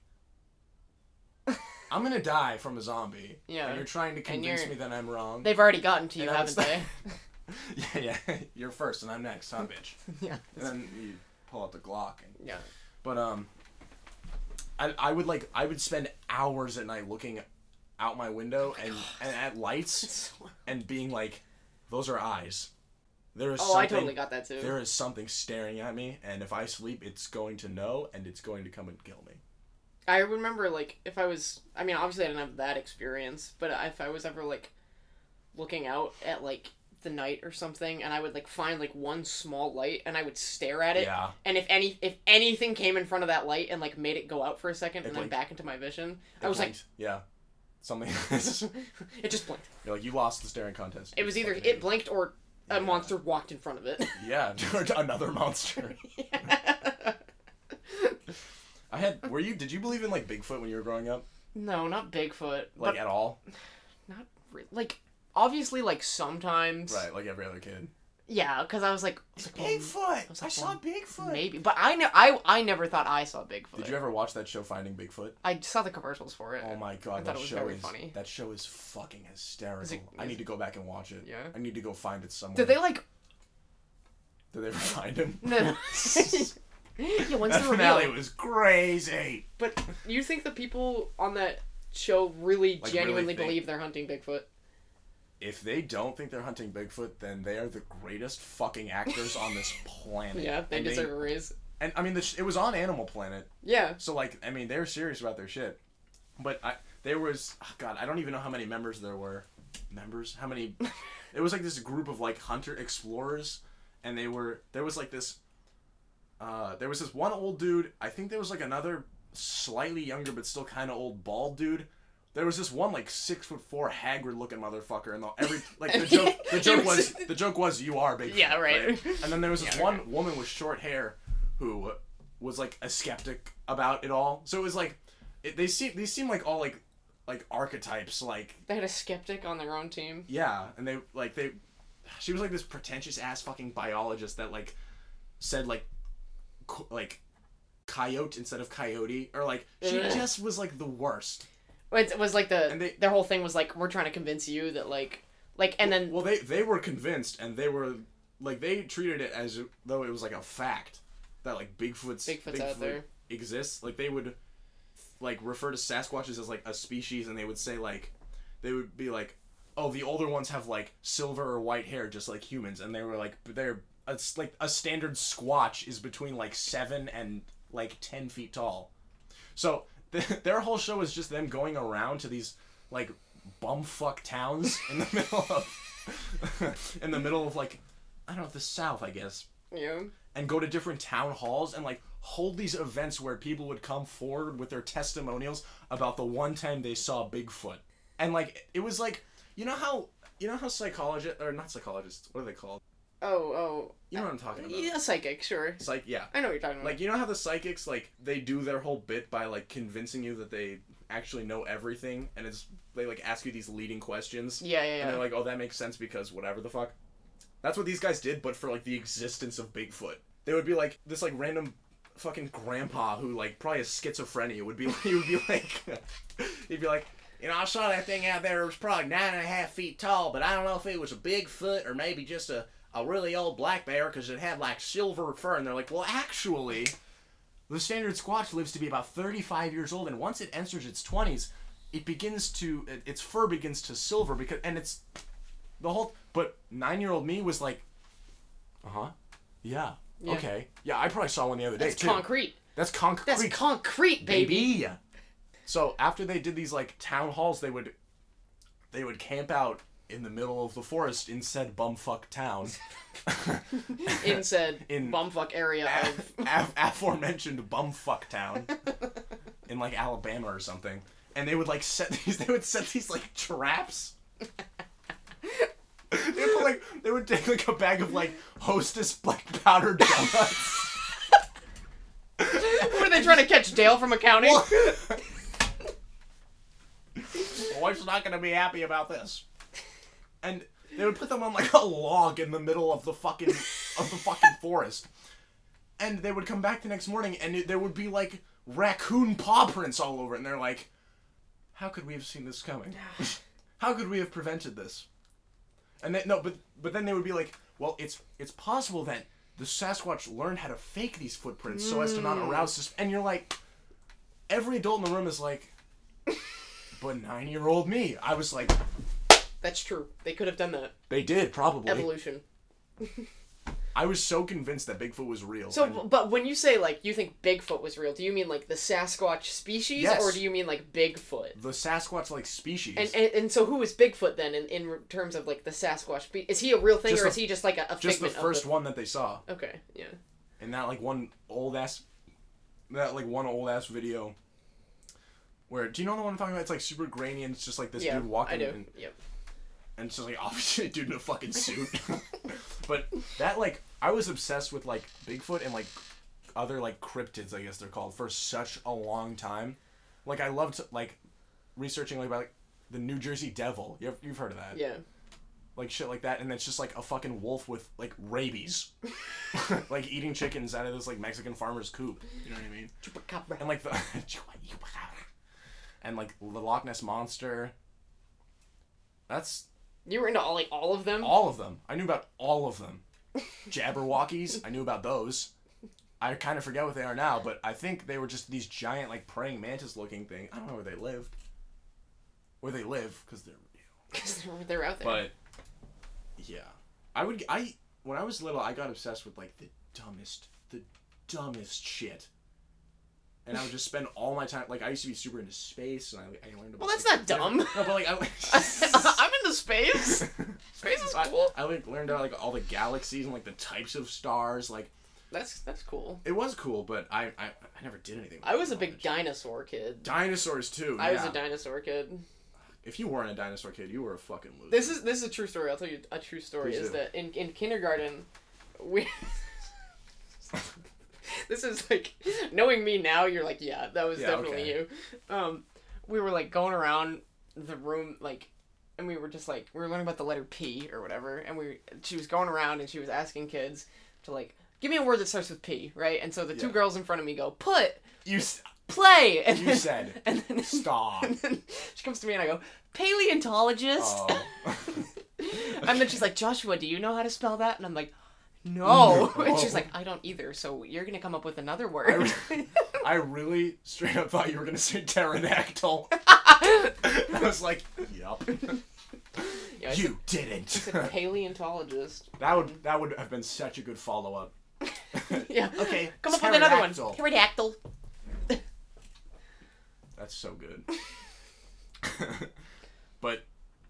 S2: I'm gonna die from a zombie.
S1: Yeah.
S2: And you're trying to convince
S1: you're-
S2: me that I'm wrong.
S1: they've already gotten to you
S2: And I
S1: haven't
S2: was
S1: they
S2: yeah, yeah. You're first and I'm next, huh, bitch?
S1: yeah
S2: And then you pull out the Glock and
S1: yeah
S2: but um, I I would like I would spend hours at night looking out my
S1: Oh
S2: window and, and at lights and being like, those are eyes. There is
S1: oh
S2: something.
S1: i totally got that too
S2: There is something staring at me, and if I sleep, it's going to know, and it's going to come and kill me.
S1: I remember like if I was I mean obviously I didn't have that experience, but if I was ever like looking out at like the night or something and I would like find like one small light and I would stare at it
S2: Yeah.
S1: and if any if anything came in front of that light and like made it go out for a second and then
S2: blinked.
S1: back into my vision, I was like
S2: blinked. yeah, something. You're
S1: it just blinked.
S2: like you lost the staring contest.
S1: It was either
S2: Fucking
S1: it
S2: idiot.
S1: blinked or a
S2: Yeah.
S1: monster walked in front of it.
S2: Yeah, another monster. I had. Were you? Did you believe in like Bigfoot when you were growing up?
S1: no, not Bigfoot.
S2: Like
S1: but
S2: at all?
S1: not re- like obviously like sometimes.
S2: Right, like every other kid.
S1: Yeah, cuz I was like I was like, um, well,
S2: Bigfoot!
S1: was like, well,
S2: Bigfoot!
S1: Maybe, but I ne- I I never thought I saw Bigfoot.
S2: Did you ever watch that show Finding Bigfoot?
S1: I saw the commercials for it.
S2: Oh my god,
S1: thought
S2: that
S1: it was
S2: show
S1: very
S2: is
S1: funny.
S2: that show is fucking hysterical.
S1: Is it-
S2: I
S1: is
S2: need to go back and watch it.
S1: Yeah?
S2: I need to go find it somewhere.
S1: Did they like?
S2: Did they ever find him?
S1: No. yeah, when's
S2: That
S1: the reveal?
S2: finale was crazy.
S1: But you think the people on that show really
S2: Like, really
S1: genuinely
S2: think-
S1: believe they're hunting Bigfoot?
S2: If they don't think they're hunting Bigfoot, then they are the greatest fucking actors on this planet.
S1: Yeah, they
S2: and
S1: deserve a raise.
S2: and I mean, the sh- it was on Animal Planet,
S1: Yeah.
S2: so like, I mean, they were serious about their shit. But I, there was, oh, God, I don't even know how many members there were. Members? How many? it was like this group of like hunter explorers, and they were there was like this. Uh, there was this one old dude. I think there was like another slightly younger but still kind of old bald dude. There was this one like six foot four Hagrid looking motherfucker, and the, every like the joke the joke was the joke was you are big.
S1: Yeah, right.
S2: And then there was this
S1: Yeah,
S2: one woman with short hair who was like a skeptic about it all. So it was like it, they seem these seem like all like like archetypes like
S1: They had a skeptic on their own team.
S2: yeah, and they like they she was like this pretentious ass fucking biologist that like said like co- like coyote instead of coyote or like she
S1: Ugh.
S2: just was like the worst.
S1: It was like the
S2: And they-
S1: their whole thing was like we're trying to convince you that like like and then
S2: Well, they they were convinced and they were like they treated it as though it was like a fact that like Bigfoot's
S1: Bigfoot's out there.
S2: exists. Like they would like refer to Sasquatches as like a species and they would say like they would be like oh the older ones have like silver or white hair just like humans and they were like they're it's like a standard squatch is between like 7 and like 10 feet tall. So th- their whole show is just them going around to these like bumfuck towns in the middle of in the middle of like I don't know the South, I guess,
S1: you know,
S2: and go to different town halls and like hold these events where people would come forward with their testimonials about the one time they saw Bigfoot, and like it was like you know how you know how psychologists or not psychologists what are they called?
S1: oh
S2: You know what I'm talking
S1: oh
S2: about?
S1: yeah psychic sure
S2: Psych, yeah.
S1: I know what you're talking about
S2: Like you know how the psychics like they do their whole bit by like convincing you that they actually know everything and it's they like ask you these leading questions
S1: yeah yeah
S2: and
S1: yeah
S2: they're like oh that makes sense because whatever the fuck. That's what these guys did but for like the existence of Bigfoot. They would be like this like random fucking grandpa who like probably has schizophrenia would be he would be like he'd be like you know, I saw that thing out there. It was probably nine and a half feet tall, but I don't know if it was a Bigfoot or maybe just a, a really old black bear because it had like silver fur. And they're like, well, actually, the standard squatch lives to be about 35 years old, and once it enters its 20s, it begins to it- its fur begins to silver because and it's the whole. But nine year old me was like, uh huh, yeah,
S1: Yeah.
S2: okay, yeah. I probably saw one the other day
S1: that's
S2: too.
S1: concrete
S2: That's concrete
S1: that's concrete baby,
S2: baby. So after they did these like town halls, they would they would camp out in the middle of the forest in said bumfuck town,
S1: in said
S2: In-
S1: bumfuck area of
S2: Af- aforementioned bumfuck town, in like Alabama or something. And they would like set these. They would set these like traps. they would put, like they would take like a bag of like Hostess black powder donuts.
S1: What are they trying to catch Dale from accounting?
S2: My wife's not gonna be happy about this. And they would put them on like a log in the middle of the fucking of the fucking forest. And they would come back the next morning and it, there would be like raccoon paw prints all over it and they're like how could we have seen this coming? how could we have prevented this? And then no, but but then they would be like, well, it's it's possible that the Sasquatch learned how to fake these footprints so as to not arouse sus- and you're like every adult in the room is like but nine year old me. I was like,
S1: That's true. They could have done that.
S2: they did, probably.
S1: Evolution.
S2: I was so convinced that Bigfoot was real.
S1: So,
S2: And
S1: but when you say like you think Bigfoot was real, do you mean like the Sasquatch species,
S2: Yes.
S1: or do you mean like Bigfoot?
S2: the Sasquatch like species.
S1: And, and and so who is Bigfoot then in, in terms of like the Sasquatch? spe- Is he a real thing
S2: Just
S1: or
S2: the-
S1: is he just like a, a
S2: just the
S1: figment
S2: first
S1: of
S2: one that they saw.
S1: the... Okay, yeah.
S2: And that like one old ass that like one old ass video where do you know the one I'm talking about? It's like super grainy and it's just like this
S1: yeah,
S2: dude walking
S1: I do.
S2: And,
S1: Yep.
S2: and it's just like obviously a dude in a fucking suit. but that like I was obsessed with like Bigfoot and like other like cryptids I guess they're called for such a long time. Like I loved like researching like about like, the New Jersey Devil. You've you've heard of that?
S1: Yeah.
S2: Like shit like that, and it's just like a fucking wolf with like rabies, like eating chickens out of this like Mexican farmer's coop. You know what I mean?
S1: Chupacabra.
S2: and like the and like the Loch Ness monster. That's
S1: You were into all like all of them.
S2: all of them. I knew about all of them. Jabberwockies, I knew about those. I kind of forget what they are now, but I think they were just these giant, like praying mantis looking thing. I don't know where they lived. Where they live, because they're real.
S1: because they're, they're out there.
S2: But yeah, I would. I when I was little, I got obsessed with like the dumbest, the dumbest shit. And I would just spend all my time. Like I used to be super into space, and I, I learned about.
S1: well, that's not
S2: like,
S1: dumb.
S2: No, but like I.
S1: I'm into space. Space is
S2: I-
S1: cool.
S2: I, like learned about like all the galaxies and like the types of stars. Like
S1: That's that's cool.
S2: it was cool, but I I, I never did anything. with
S1: I was a
S2: that
S1: big
S2: knowledge.
S1: dinosaur kid.
S2: dinosaurs too.
S1: I was
S2: yeah.
S1: a dinosaur kid.
S2: if you weren't a dinosaur kid, you were a fucking loser.
S1: This is this is a true story. I'll tell you a true story.
S2: Please
S1: is
S2: do.
S1: that in in kindergarten, we. this is like knowing me now. You're like, yeah, that was
S2: Yeah,
S1: definitely
S2: okay.
S1: you. Um, we were like going around the room, like, and we were just like we were learning about the letter P or whatever, and we she was going around and she was asking kids to like give me a word that starts with P, right? And so the two
S2: Yeah.
S1: girls in front of me go put
S2: you s-
S1: play, and
S2: you
S1: then-
S2: said
S1: and then
S2: stop.
S1: and then she comes to me and I go, paleontologist.
S2: Oh.
S1: and then she's like, Joshua, do you know how to spell that? And I'm like, no.
S2: No.
S1: And she's like, I don't either. So you're gonna come up with another word.
S2: I really straight up thought you were gonna say pterodactyl. I was like, yup.
S1: Yeah, I
S2: You didn't.
S1: said paleontologist.
S2: that would that would have been such a good follow up.
S1: Yeah.
S2: Okay,
S1: Come up with another one.
S2: pterodactyl.
S1: Pterodactyl.
S2: That's so good. but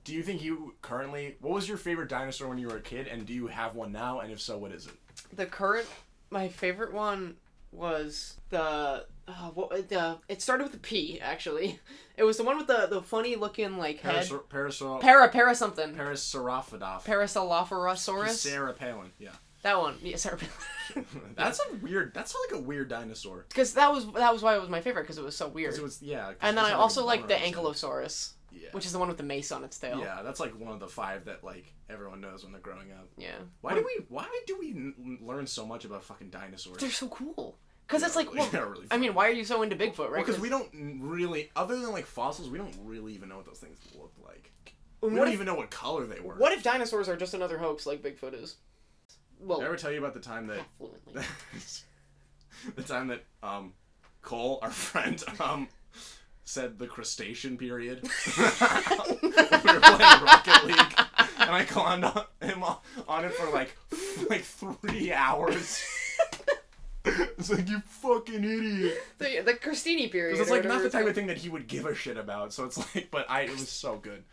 S2: do you think you currently what was your favorite dinosaur when you were a kid and do you have one now and if so what is it?
S1: The current, my favorite one was the. Uh, what the? It started with a P. Actually, it was the one with the the funny looking like head.
S2: Parasor Parasor
S1: Para para something.
S2: Parasauraphodoph.
S1: Parasaurolophus.
S2: Sarah Palin, yeah.
S1: That one, yeah, sorry.
S2: That's a weird that's like a weird dinosaur.
S1: Because that was that was why it was my favorite because it was so
S2: 'Cause
S1: weird.
S2: It was, yeah, 'cause
S1: and then
S2: it's
S1: I
S2: like a
S1: also like the
S2: boner or something.
S1: ankylosaurus,
S2: Yeah.
S1: which is the one with the mace on its tail.
S2: Yeah, that's like one of the five that like everyone knows when they're growing up.
S1: Yeah.
S2: Why do we? Why do we n- learn so much about fucking dinosaurs?
S1: They're so cool. Because
S2: Yeah,
S1: it's like,
S2: really-
S1: well,
S2: they're really
S1: I mean, why are you so into Bigfoot, right?
S2: Because we don't n- really, other than like fossils, we don't really even know what those things look like.
S1: And
S2: We
S1: what
S2: don't
S1: if,
S2: even know what color they were.
S1: what if dinosaurs are just another hoax like Bigfoot is? Well,
S2: Did I ever tell you about the time that
S1: half fluently.
S2: the time that um Cole, our friend, um said the crustacean period. we were playing Rocket League, and I conned on him on, on it for like like three hours. it's like you fucking idiot.
S1: the, the Christini period.
S2: Because it's
S1: or
S2: like not
S1: whatever
S2: the
S1: it's
S2: type of
S1: called.
S2: thing that he would give a shit about. So it's like, but I, it was so good.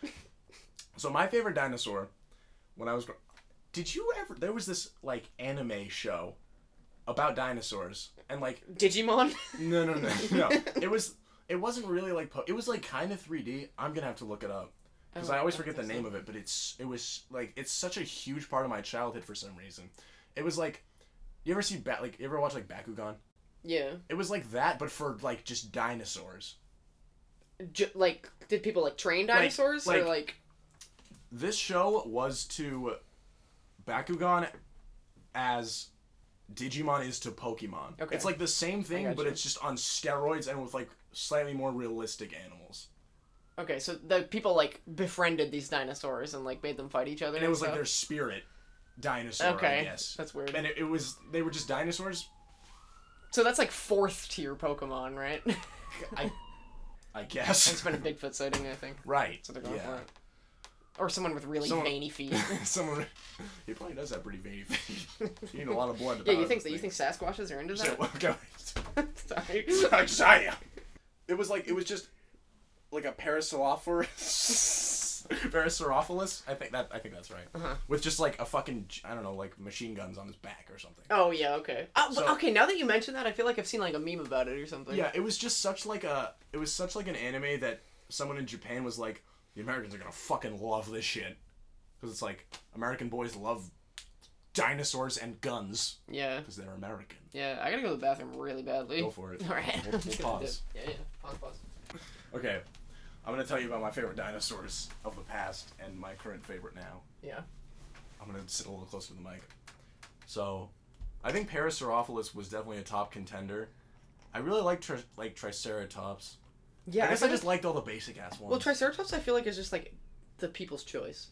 S2: So my favorite dinosaur, when I was, gr- did you ever? There was this like anime show about dinosaurs, and like
S1: Digimon.
S2: no, no, no, no. it was, it wasn't really like po- it was like kind of 3D. I'm gonna have to look it up because
S1: Oh,
S2: I always
S1: okay,
S2: forget the
S1: so-
S2: name of it. But it's, it was like it's such a huge part of my childhood for some reason. It was like, you ever see bat like you ever watch like Bakugan?
S1: yeah.
S2: It was like that, but for like just dinosaurs.
S1: J- like, did people like train dinosaurs
S2: like-
S1: or like?
S2: this show was to Bakugan as Digimon is to Pokemon.
S1: Okay.
S2: It's like the same
S1: I
S2: thing,
S1: gotcha.
S2: but it's just on steroids and with like slightly more realistic animals.
S1: Okay, so the people like befriended these dinosaurs and like made them fight each other.
S2: And it was like
S1: stuff?
S2: their spirit dinosaur,
S1: Okay,
S2: I guess.
S1: that's weird.
S2: And it, it was they were just dinosaurs.
S1: So that's like fourth tier Pokemon, right?
S2: I I guess.
S1: it's been a Bigfoot sighting, I think.
S2: right.
S1: So they're going
S2: yeah.
S1: for it. Or someone with really
S2: Someone-
S1: veiny feet.
S2: Someone he probably does have pretty veiny feet. you need a lot of blood to
S1: yeah, you
S2: power
S1: think
S2: this
S1: that you
S2: thing.
S1: think Sasquatches are into
S2: So,
S1: that?
S2: okay.
S1: Sorry.
S2: Exciting. It was like it was just like a parasaurolophus. Parasaurolophus. I think that I think that's right.
S1: Uh-huh.
S2: With just like a fucking j- I don't know like machine guns on his back or something.
S1: Oh yeah, okay. Oh, but
S2: So-
S1: okay, now that you mention that, I feel like I've seen like a meme about it or something.
S2: Yeah, it was just such like a it was such like an anime that someone in Japan was like the Americans are gonna fucking love this shit because it's like American boys love dinosaurs and guns
S1: Yeah.
S2: because they're American.
S1: Yeah, I gotta go to the bathroom really badly.
S2: Go for it.
S1: All right.
S2: We'll- we'll pause.
S1: Yeah, yeah. Pause, pause.
S2: Okay, I'm gonna tell you about my favorite dinosaurs of the past and my current favorite now.
S1: Yeah.
S2: I'm gonna sit a little closer to the mic. So, I think Parasaurolophus was definitely a top contender. I really like tri- like Triceratops.
S1: Yeah.
S2: I guess I,
S1: feel
S2: just liked all the basic ass ones.
S1: like- well, Triceratops, I feel like is just like the people's choice.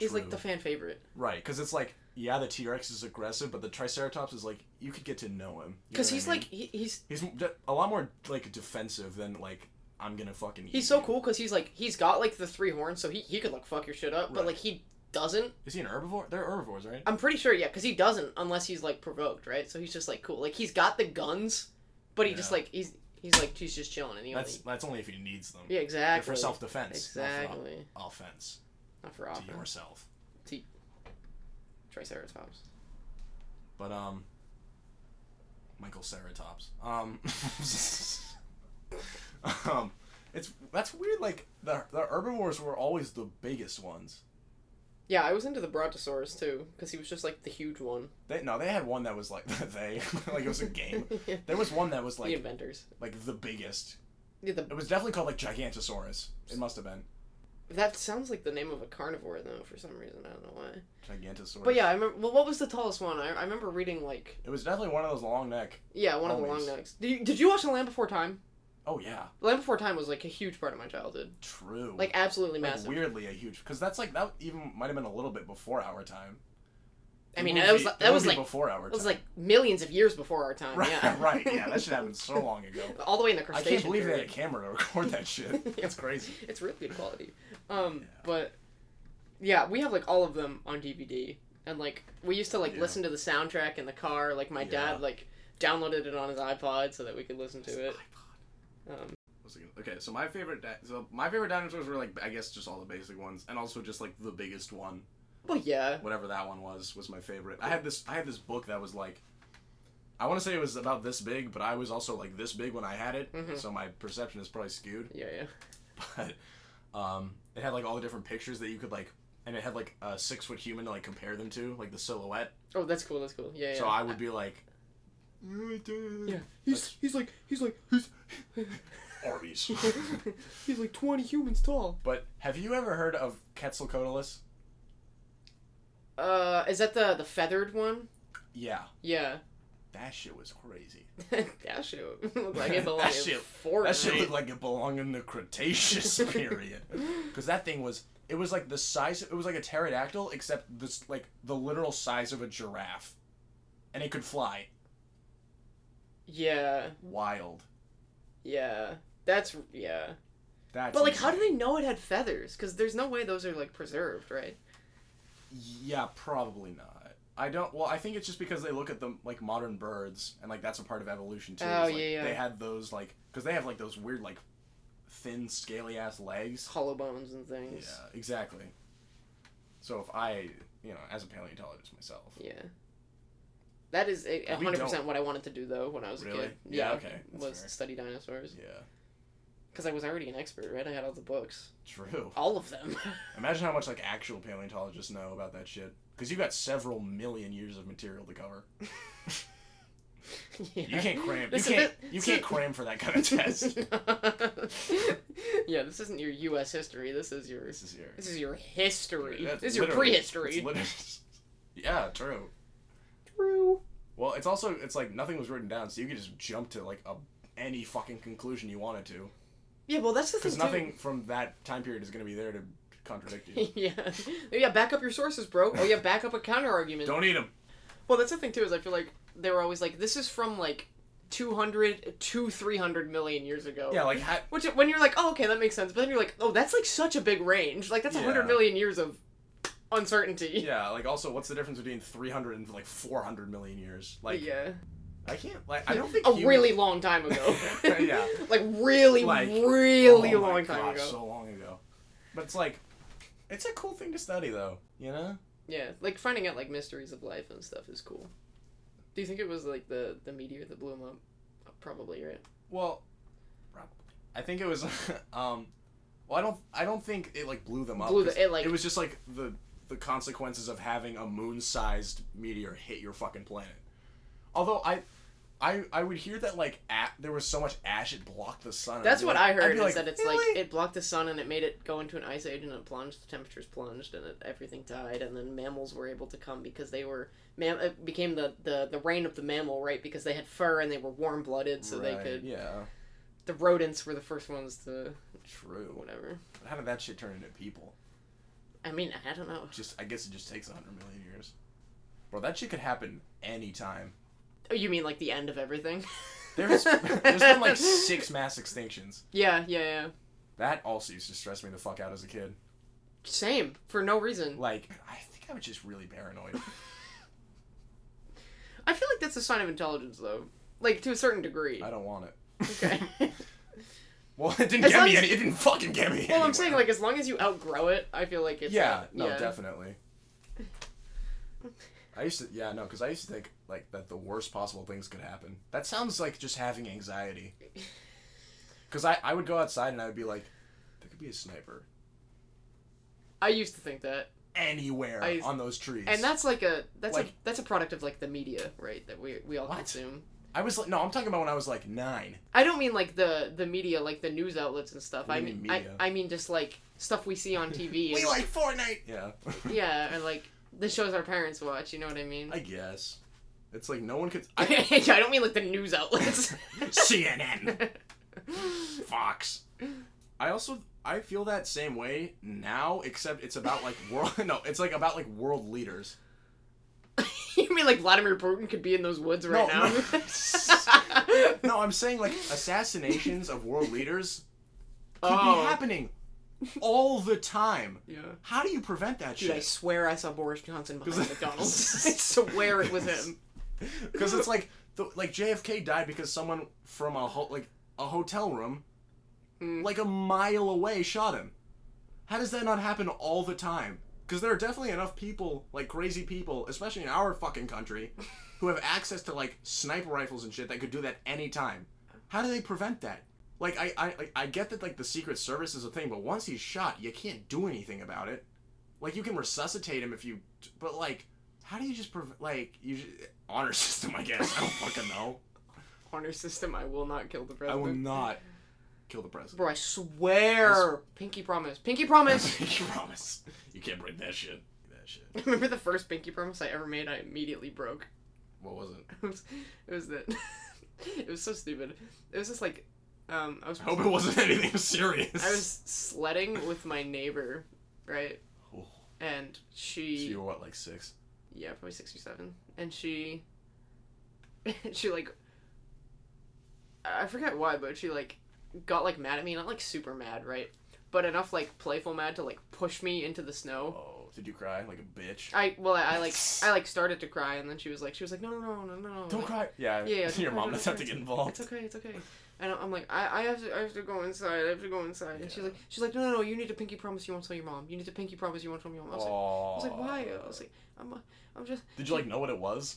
S1: is like
S2: True.
S1: the fan favorite
S2: Right, because it's like, yeah, the T Rex is aggressive, but the Triceratops is like, you could get to know him. You know
S1: because
S2: what I
S1: he's
S2: mean?
S1: like he, he's
S2: he's d- a lot more like defensive than like I'm gonna fucking. eat
S1: he's so
S2: you."
S1: cool because he's like he's got like the three horns, so he he could like fuck your shit up, but
S2: Right.
S1: like he doesn't.
S2: Is he an herbivore? They're herbivores, right?
S1: I'm pretty sure, yeah, because he doesn't unless he's like provoked, right? So he's just like cool, like he's got the guns, but he just
S2: Yeah.
S1: like he's he's like he's just chilling and he
S2: That's
S1: only
S2: that's only if he needs them.
S1: yeah
S2: They're
S1: exactly
S2: For self defense.
S1: exactly
S2: offense
S1: not for
S2: to
S1: offense.
S2: yourself.
S1: Triceratops.
S2: But um, Michael Ceratops. Um, um, it's that's weird. Like the the herbivores were always the biggest ones.
S1: Yeah, I was into the Brontosaurus too because he was just like the huge one.
S2: They no, they had one that was like they like it was a game. There was one that was
S1: the
S2: like
S1: inventors.
S2: like the biggest.
S1: Yeah, the,
S2: It was definitely called like Gigantosaurus. It must have been
S1: that sounds like the name of a carnivore though for some reason I don't know why.
S2: Gigantosaurus.
S1: But yeah, I remember. Well, what was the tallest one? I, I remember reading like
S2: it was definitely one of those long neck.
S1: yeah one of the long
S2: Always.
S1: necks. Did you, did you watch The Land Before Time?
S2: Oh yeah,
S1: The Land Before Time was like a huge part of my childhood,
S2: true.
S1: like absolutely
S2: Like,
S1: massive.
S2: weirdly a huge because that's like that even might have been a little bit before our time.
S1: I
S2: The
S1: mean,
S2: movie-
S1: that was
S2: the
S1: that was
S2: movie
S1: like
S2: before our
S1: that was
S2: time.
S1: like millions of years before our time.
S2: right,
S1: Yeah,
S2: right, yeah, that shit happened so long ago.
S1: All the way in the
S2: I
S1: crustacean.
S2: can't believe they had a
S1: period.
S2: camera to record that shit. That's crazy.
S1: It's really good quality. Um,
S2: Yeah.
S1: but yeah, we have like all of them on DVD, and like we used to like
S2: Yeah.
S1: listen to the soundtrack in the car. Like my
S2: Yeah.
S1: dad like downloaded it on his iPod so that we could listen to it. Um,
S2: What's it gonna- Okay, so my favorite, di- so my favorite dinosaurs were like I guess just all the basic ones, and also just like the biggest one,
S1: well, yeah,
S2: whatever that one was, was my favorite. I had this, I had this book that was like, I want to say it was about this big, but I was also like this big when I had it,
S1: Mhm.
S2: so my perception is probably skewed.
S1: yeah, yeah.
S2: But um, it had like all the different pictures that you could like, and it had like a six foot human to like compare them to, like the silhouette.
S1: Oh, that's cool. That's cool. Yeah, yeah.
S2: So I would be like,
S1: Yeah.
S2: yeah,
S1: He's he's like he's like he's
S2: Arby's.
S1: he's like twenty humans tall.
S2: But have you ever heard of Quetzalcoatlus?
S1: Uh, is that the the feathered one?
S2: Yeah,
S1: Yeah.
S2: that shit was crazy.
S1: that shit looked like it
S2: That
S1: belonged in
S2: shit-
S1: Fortnite.
S2: That shit looked like it belonged in the Cretaceous period, because that thing was. It was like the size. It was like a pterodactyl, except this like the literal size of a giraffe, and it could fly.
S1: Yeah,
S2: Wild.
S1: yeah. That's yeah.
S2: That's.
S1: But like, how do
S2: insane.
S1: they know it had feathers? Because there's no way those are like preserved, right?
S2: Yeah, probably not. I don't. Well, I think it's just because they look at them like modern birds, and like that's a part of evolution too. is,
S1: Oh,
S2: like,
S1: yeah, yeah.
S2: They had those like because they have like those weird like thin, scaly ass legs.
S1: Hollow bones and
S2: Yeah,
S1: things.
S2: exactly. So if I, you know, as a paleontologist myself,
S1: Yeah. That is a
S2: We
S1: hundred percent what I wanted to do though when I was
S2: Really?
S1: a kid.
S2: Yeah, okay, that's
S1: Was
S2: fair.
S1: study dinosaurs
S2: yeah,
S1: because I was already an expert, right? I had all the books,
S2: true.
S1: all of them.
S2: Imagine how much like actual paleontologists know about that shit. Because you got several million years of material to cover.
S1: yeah.
S2: You can't cram. You
S1: This is-
S2: can't.
S1: this-
S2: You can't cram for that kind of test.
S1: yeah, this isn't your U.S. history. This is your
S2: This is your.
S1: this is your history.
S2: That's
S1: this is your
S2: literally-
S1: prehistory.
S2: it's lit- yeah, true.
S1: True.
S2: Well, it's also it's like nothing was written down, so you could just jump to like a any fucking conclusion you wanted to,
S1: Yeah, well, that's the thing
S2: because
S1: too.
S2: nothing from that time period is gonna be there to contradict you.
S1: yeah, yeah. Back up your sources, bro. Oh yeah, back up a counter argument.
S2: Don't eat them.
S1: Well, that's the thing too. Is I feel like they were always like, this is from like 200 to 300 million years ago.
S2: Yeah, like ha-
S1: Which when you're like, oh okay, that makes sense. But then you're like, oh, that's like such a big range. Like that's a 100
S2: Yeah.
S1: million years of uncertainty.
S2: yeah, like also, what's the difference between three hundred and like four hundred million years? Like,
S1: yeah.
S2: I can't. Like, I don't think
S1: a
S2: humans-
S1: really long time ago.
S2: Yeah.
S1: Like really,
S2: Like,
S1: really
S2: Oh my
S1: long time
S2: gosh,
S1: ago.
S2: So long ago, but it's like, it's a cool thing to study though. You know?
S1: Yeah, like finding out like mysteries of life and stuff is cool. Do you think it was like the the meteor that blew him up? Probably right.
S2: Well, probably. I think it was. um, well, I don't. I don't think it like blew them up.
S1: Blew the-
S2: 'cause
S1: it, like-
S2: it was just like the the consequences of having a moon-sized meteor hit your fucking planet. Although I. I, I would hear that like a there was so much ash it blocked the sun. and I'd
S1: That's
S2: be
S1: what
S2: like-
S1: I
S2: Uh, I'd
S1: heard.
S2: be
S1: Is
S2: like,
S1: that it's like
S2: "Really?"
S1: it blocked the sun and it made it go into an ice age and it plunged. The temperatures plunged and it, everything died. And then mammals were able to come because they were mam. It became the the the reign of the mammal, right? Because they had fur and they were warm blooded, so they
S2: Right,
S1: could.
S2: yeah
S1: The rodents were the first ones to
S2: true.
S1: whatever.
S2: How did that shit turn into people?
S1: I mean, I don't know.
S2: Just I guess it just takes hundred million years. Bro, that shit could happen anytime.
S1: Oh, you mean like the end of everything?
S2: There's there's been like six mass extinctions.
S1: Yeah, yeah, yeah.
S2: That also used to stress me the fuck out as a kid.
S1: Same for no reason.
S2: Like I think I was just really paranoid.
S1: I feel like that's a sign of intelligence, though. Like to a certain degree.
S2: I don't want it.
S1: Okay.
S2: well, it didn't
S1: As
S2: get
S1: long
S2: me
S1: as-
S2: any. It didn't fucking get me.
S1: well, I'm saying
S2: anywhere.
S1: like as long as you outgrow it, I feel like it's
S2: Yeah.
S1: not-
S2: No, definitely. I used to. Yeah, no, because I used to think like that the worst possible things could happen. That sounds like just having anxiety. Because I I would go outside and I would be like, there could be a sniper
S1: I used to think that,
S2: anywhere
S1: I used-
S2: on those trees.
S1: and that's like a that's a
S2: Like-
S1: that's a product of like the media, right? That we we all
S2: What?
S1: consume.
S2: I was like, no, I'm talking about when I was like nine.
S1: I don't mean like the the media, like the news outlets and stuff.
S2: What
S1: I
S2: do you
S1: mean,
S2: mean
S1: I,
S2: media?
S1: I mean just like stuff we see on TV.
S2: We
S1: and-
S2: like Fortnite. Yeah.
S1: yeah, or like the shows our parents watch. You know what I mean?
S2: I guess. It's like no one could. I,
S1: I, I don't mean like the news outlets.
S2: CNN. Fox. I also I feel that same way now, except it's about like world. No, it's like about like world leaders.
S1: you mean like Vladimir Putin could be in those woods right
S2: No,
S1: now?
S2: No, I'm saying like assassinations of world leaders could
S1: Oh.
S2: be happening all the time.
S1: yeah.
S2: How do you prevent that
S1: Dude, I
S2: shit?
S1: swear I saw Boris Johnson behind
S2: 'Cause-
S1: McDonald's. I swear it was him.
S2: Because it's like the, like JFK died because someone from a ho- like a hotel room,
S1: Mm.
S2: like a mile away, shot him. How does that not happen all the time? Because there are definitely enough people, like crazy people, especially in our fucking country, who have access to like sniper rifles and shit that could do that anytime. How do they prevent that? Like I, I I- I get that like the Secret Service is a thing, but once he's shot, you can't do anything about it. Like you can resuscitate him if you, but like, how do you just prevent? Like you ju- honor system, I guess. I don't fucking know.
S1: Honor system, I will not kill the
S2: I
S1: president.
S2: will not kill the president.
S1: Bro, I swear. Pinky promise. Pinky promise.
S2: you promise. You can't break that shit. That shit.
S1: Remember the first pinky promise I ever made? I immediately broke.
S2: What was it?
S1: It was, it was that. it was so stupid. It was just like, um, I was
S2: I hope it wasn't anything serious.
S1: I was sledding with my neighbor, right?
S2: Oh,
S1: And
S2: so
S1: she,
S2: you were what, like six?
S1: yeah, probably six or seven, and she, she like, I forget why, but she like got like mad at me, not like super mad, right? But enough like playful mad to like push me into the snow.
S2: Oh, did you cry like a bitch?
S1: I well, I, I like I like started to cry, and then she was like, she was like, no, no, no, no, no, no,
S2: Don't
S1: like,
S2: cry. Yeah.
S1: Yeah, yeah,
S2: your
S1: don't
S2: mom
S1: cry,
S2: doesn't have
S1: don't
S2: to
S1: cry,
S2: get involved.
S1: It's okay, it's okay. And I'm like, I, I have to, I have to go inside. I have to go inside. And she's
S2: Yeah.
S1: like, she's like, no, no, no. You need to pinky promise you won't tell your mom. You need to pinky promise you won't tell your mom. I was like, I was like, why? I was like, I'm, uh, I'm just
S2: Did you like know what it was?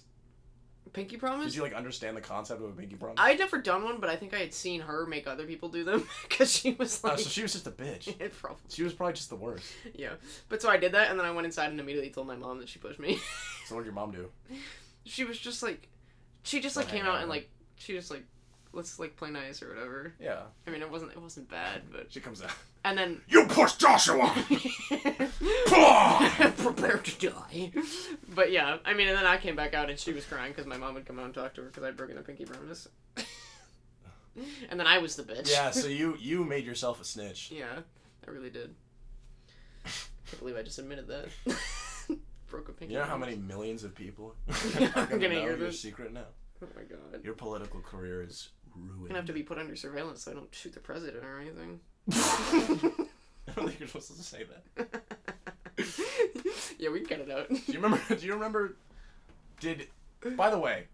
S1: pinky
S2: Did
S1: promise.
S2: you like understand the concept of a pinky promise?
S1: I'd never done one, but I think I had seen her make other people do them because she was
S2: Oh,
S1: like,
S2: so she was just a bitch.
S1: probably,
S2: She was probably just the worst.
S1: yeah. But so I did that, and then I went inside and immediately told my mom that she pushed me.
S2: So what did your mom do?
S1: she was just like, she just like
S2: Don't hang
S1: came out
S2: out
S1: and
S2: with
S1: like, she just like, let's like play nice or whatever.
S2: Yeah.
S1: I mean, it wasn't, it wasn't bad, but
S2: She comes out.
S1: and then
S2: You pushed Joshua!
S1: prepare to die. But yeah, I mean, and then I came back out and she was crying because my mom would come out and talk to her because I'd broken the pinky promise. and then I was the bitch.
S2: yeah, so you you made yourself a snitch.
S1: yeah, I really did. I believe I just admitted that. Broke a pinky.
S2: You know how many
S1: promise.
S2: millions of people
S1: Yeah, I'm gonna
S2: know
S1: hear
S2: your
S1: this.
S2: secret now?
S1: Oh my god. I'm
S2: Your political career is ruined.
S1: gonna have to be put under surveillance so I don't shoot the president or anything.
S2: I don't think you're supposed to say that.
S1: yeah, we can cut it out.
S2: Do you remember? Do you remember? Did by the way,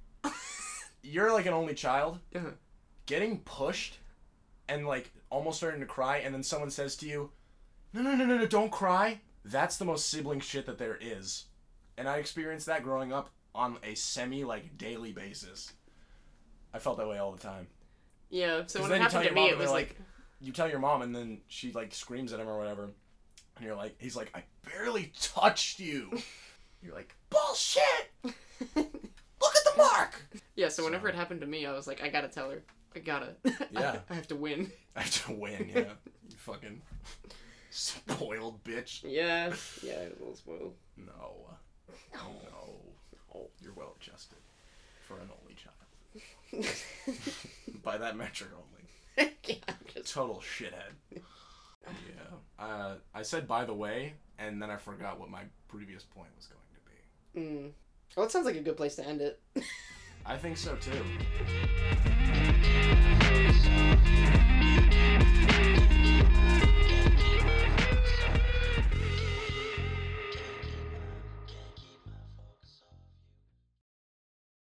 S2: you're like an only child.
S1: Yeah.
S2: Getting pushed, and like almost starting to cry, and then someone says to you, "No, no, no, no, no! Don't cry." That's the most sibling shit that there is, and I experienced that growing up on a semi like daily basis. I felt that way all the time.
S1: Yeah, so when
S2: 'Cause then
S1: it
S2: you tell
S1: happened to
S2: your
S1: me,
S2: mom
S1: it
S2: and they're
S1: was
S2: like,
S1: like,
S2: You tell your mom, and then she like screams at him or whatever, and you're like, "He's like, I barely touched you." you're like, "Bullshit! Look at the mark."
S1: Yeah, so whenever it happened to me, I was like, I gotta tell her. I gotta.
S2: Yeah.
S1: I, have to win.
S2: I have to win, yeah. you fucking spoiled bitch.
S1: Yeah. Yeah, it was a little spoiled.
S2: No. No.
S1: No.
S2: You're well adjusted for an only child. By that metric only.
S1: yeah, I'm just-
S2: Total shithead. Yeah. uh, I said by the way, and then I forgot what my previous point was going to be.
S1: Mm. Well, that sounds like a good place to end it.
S2: I think so too.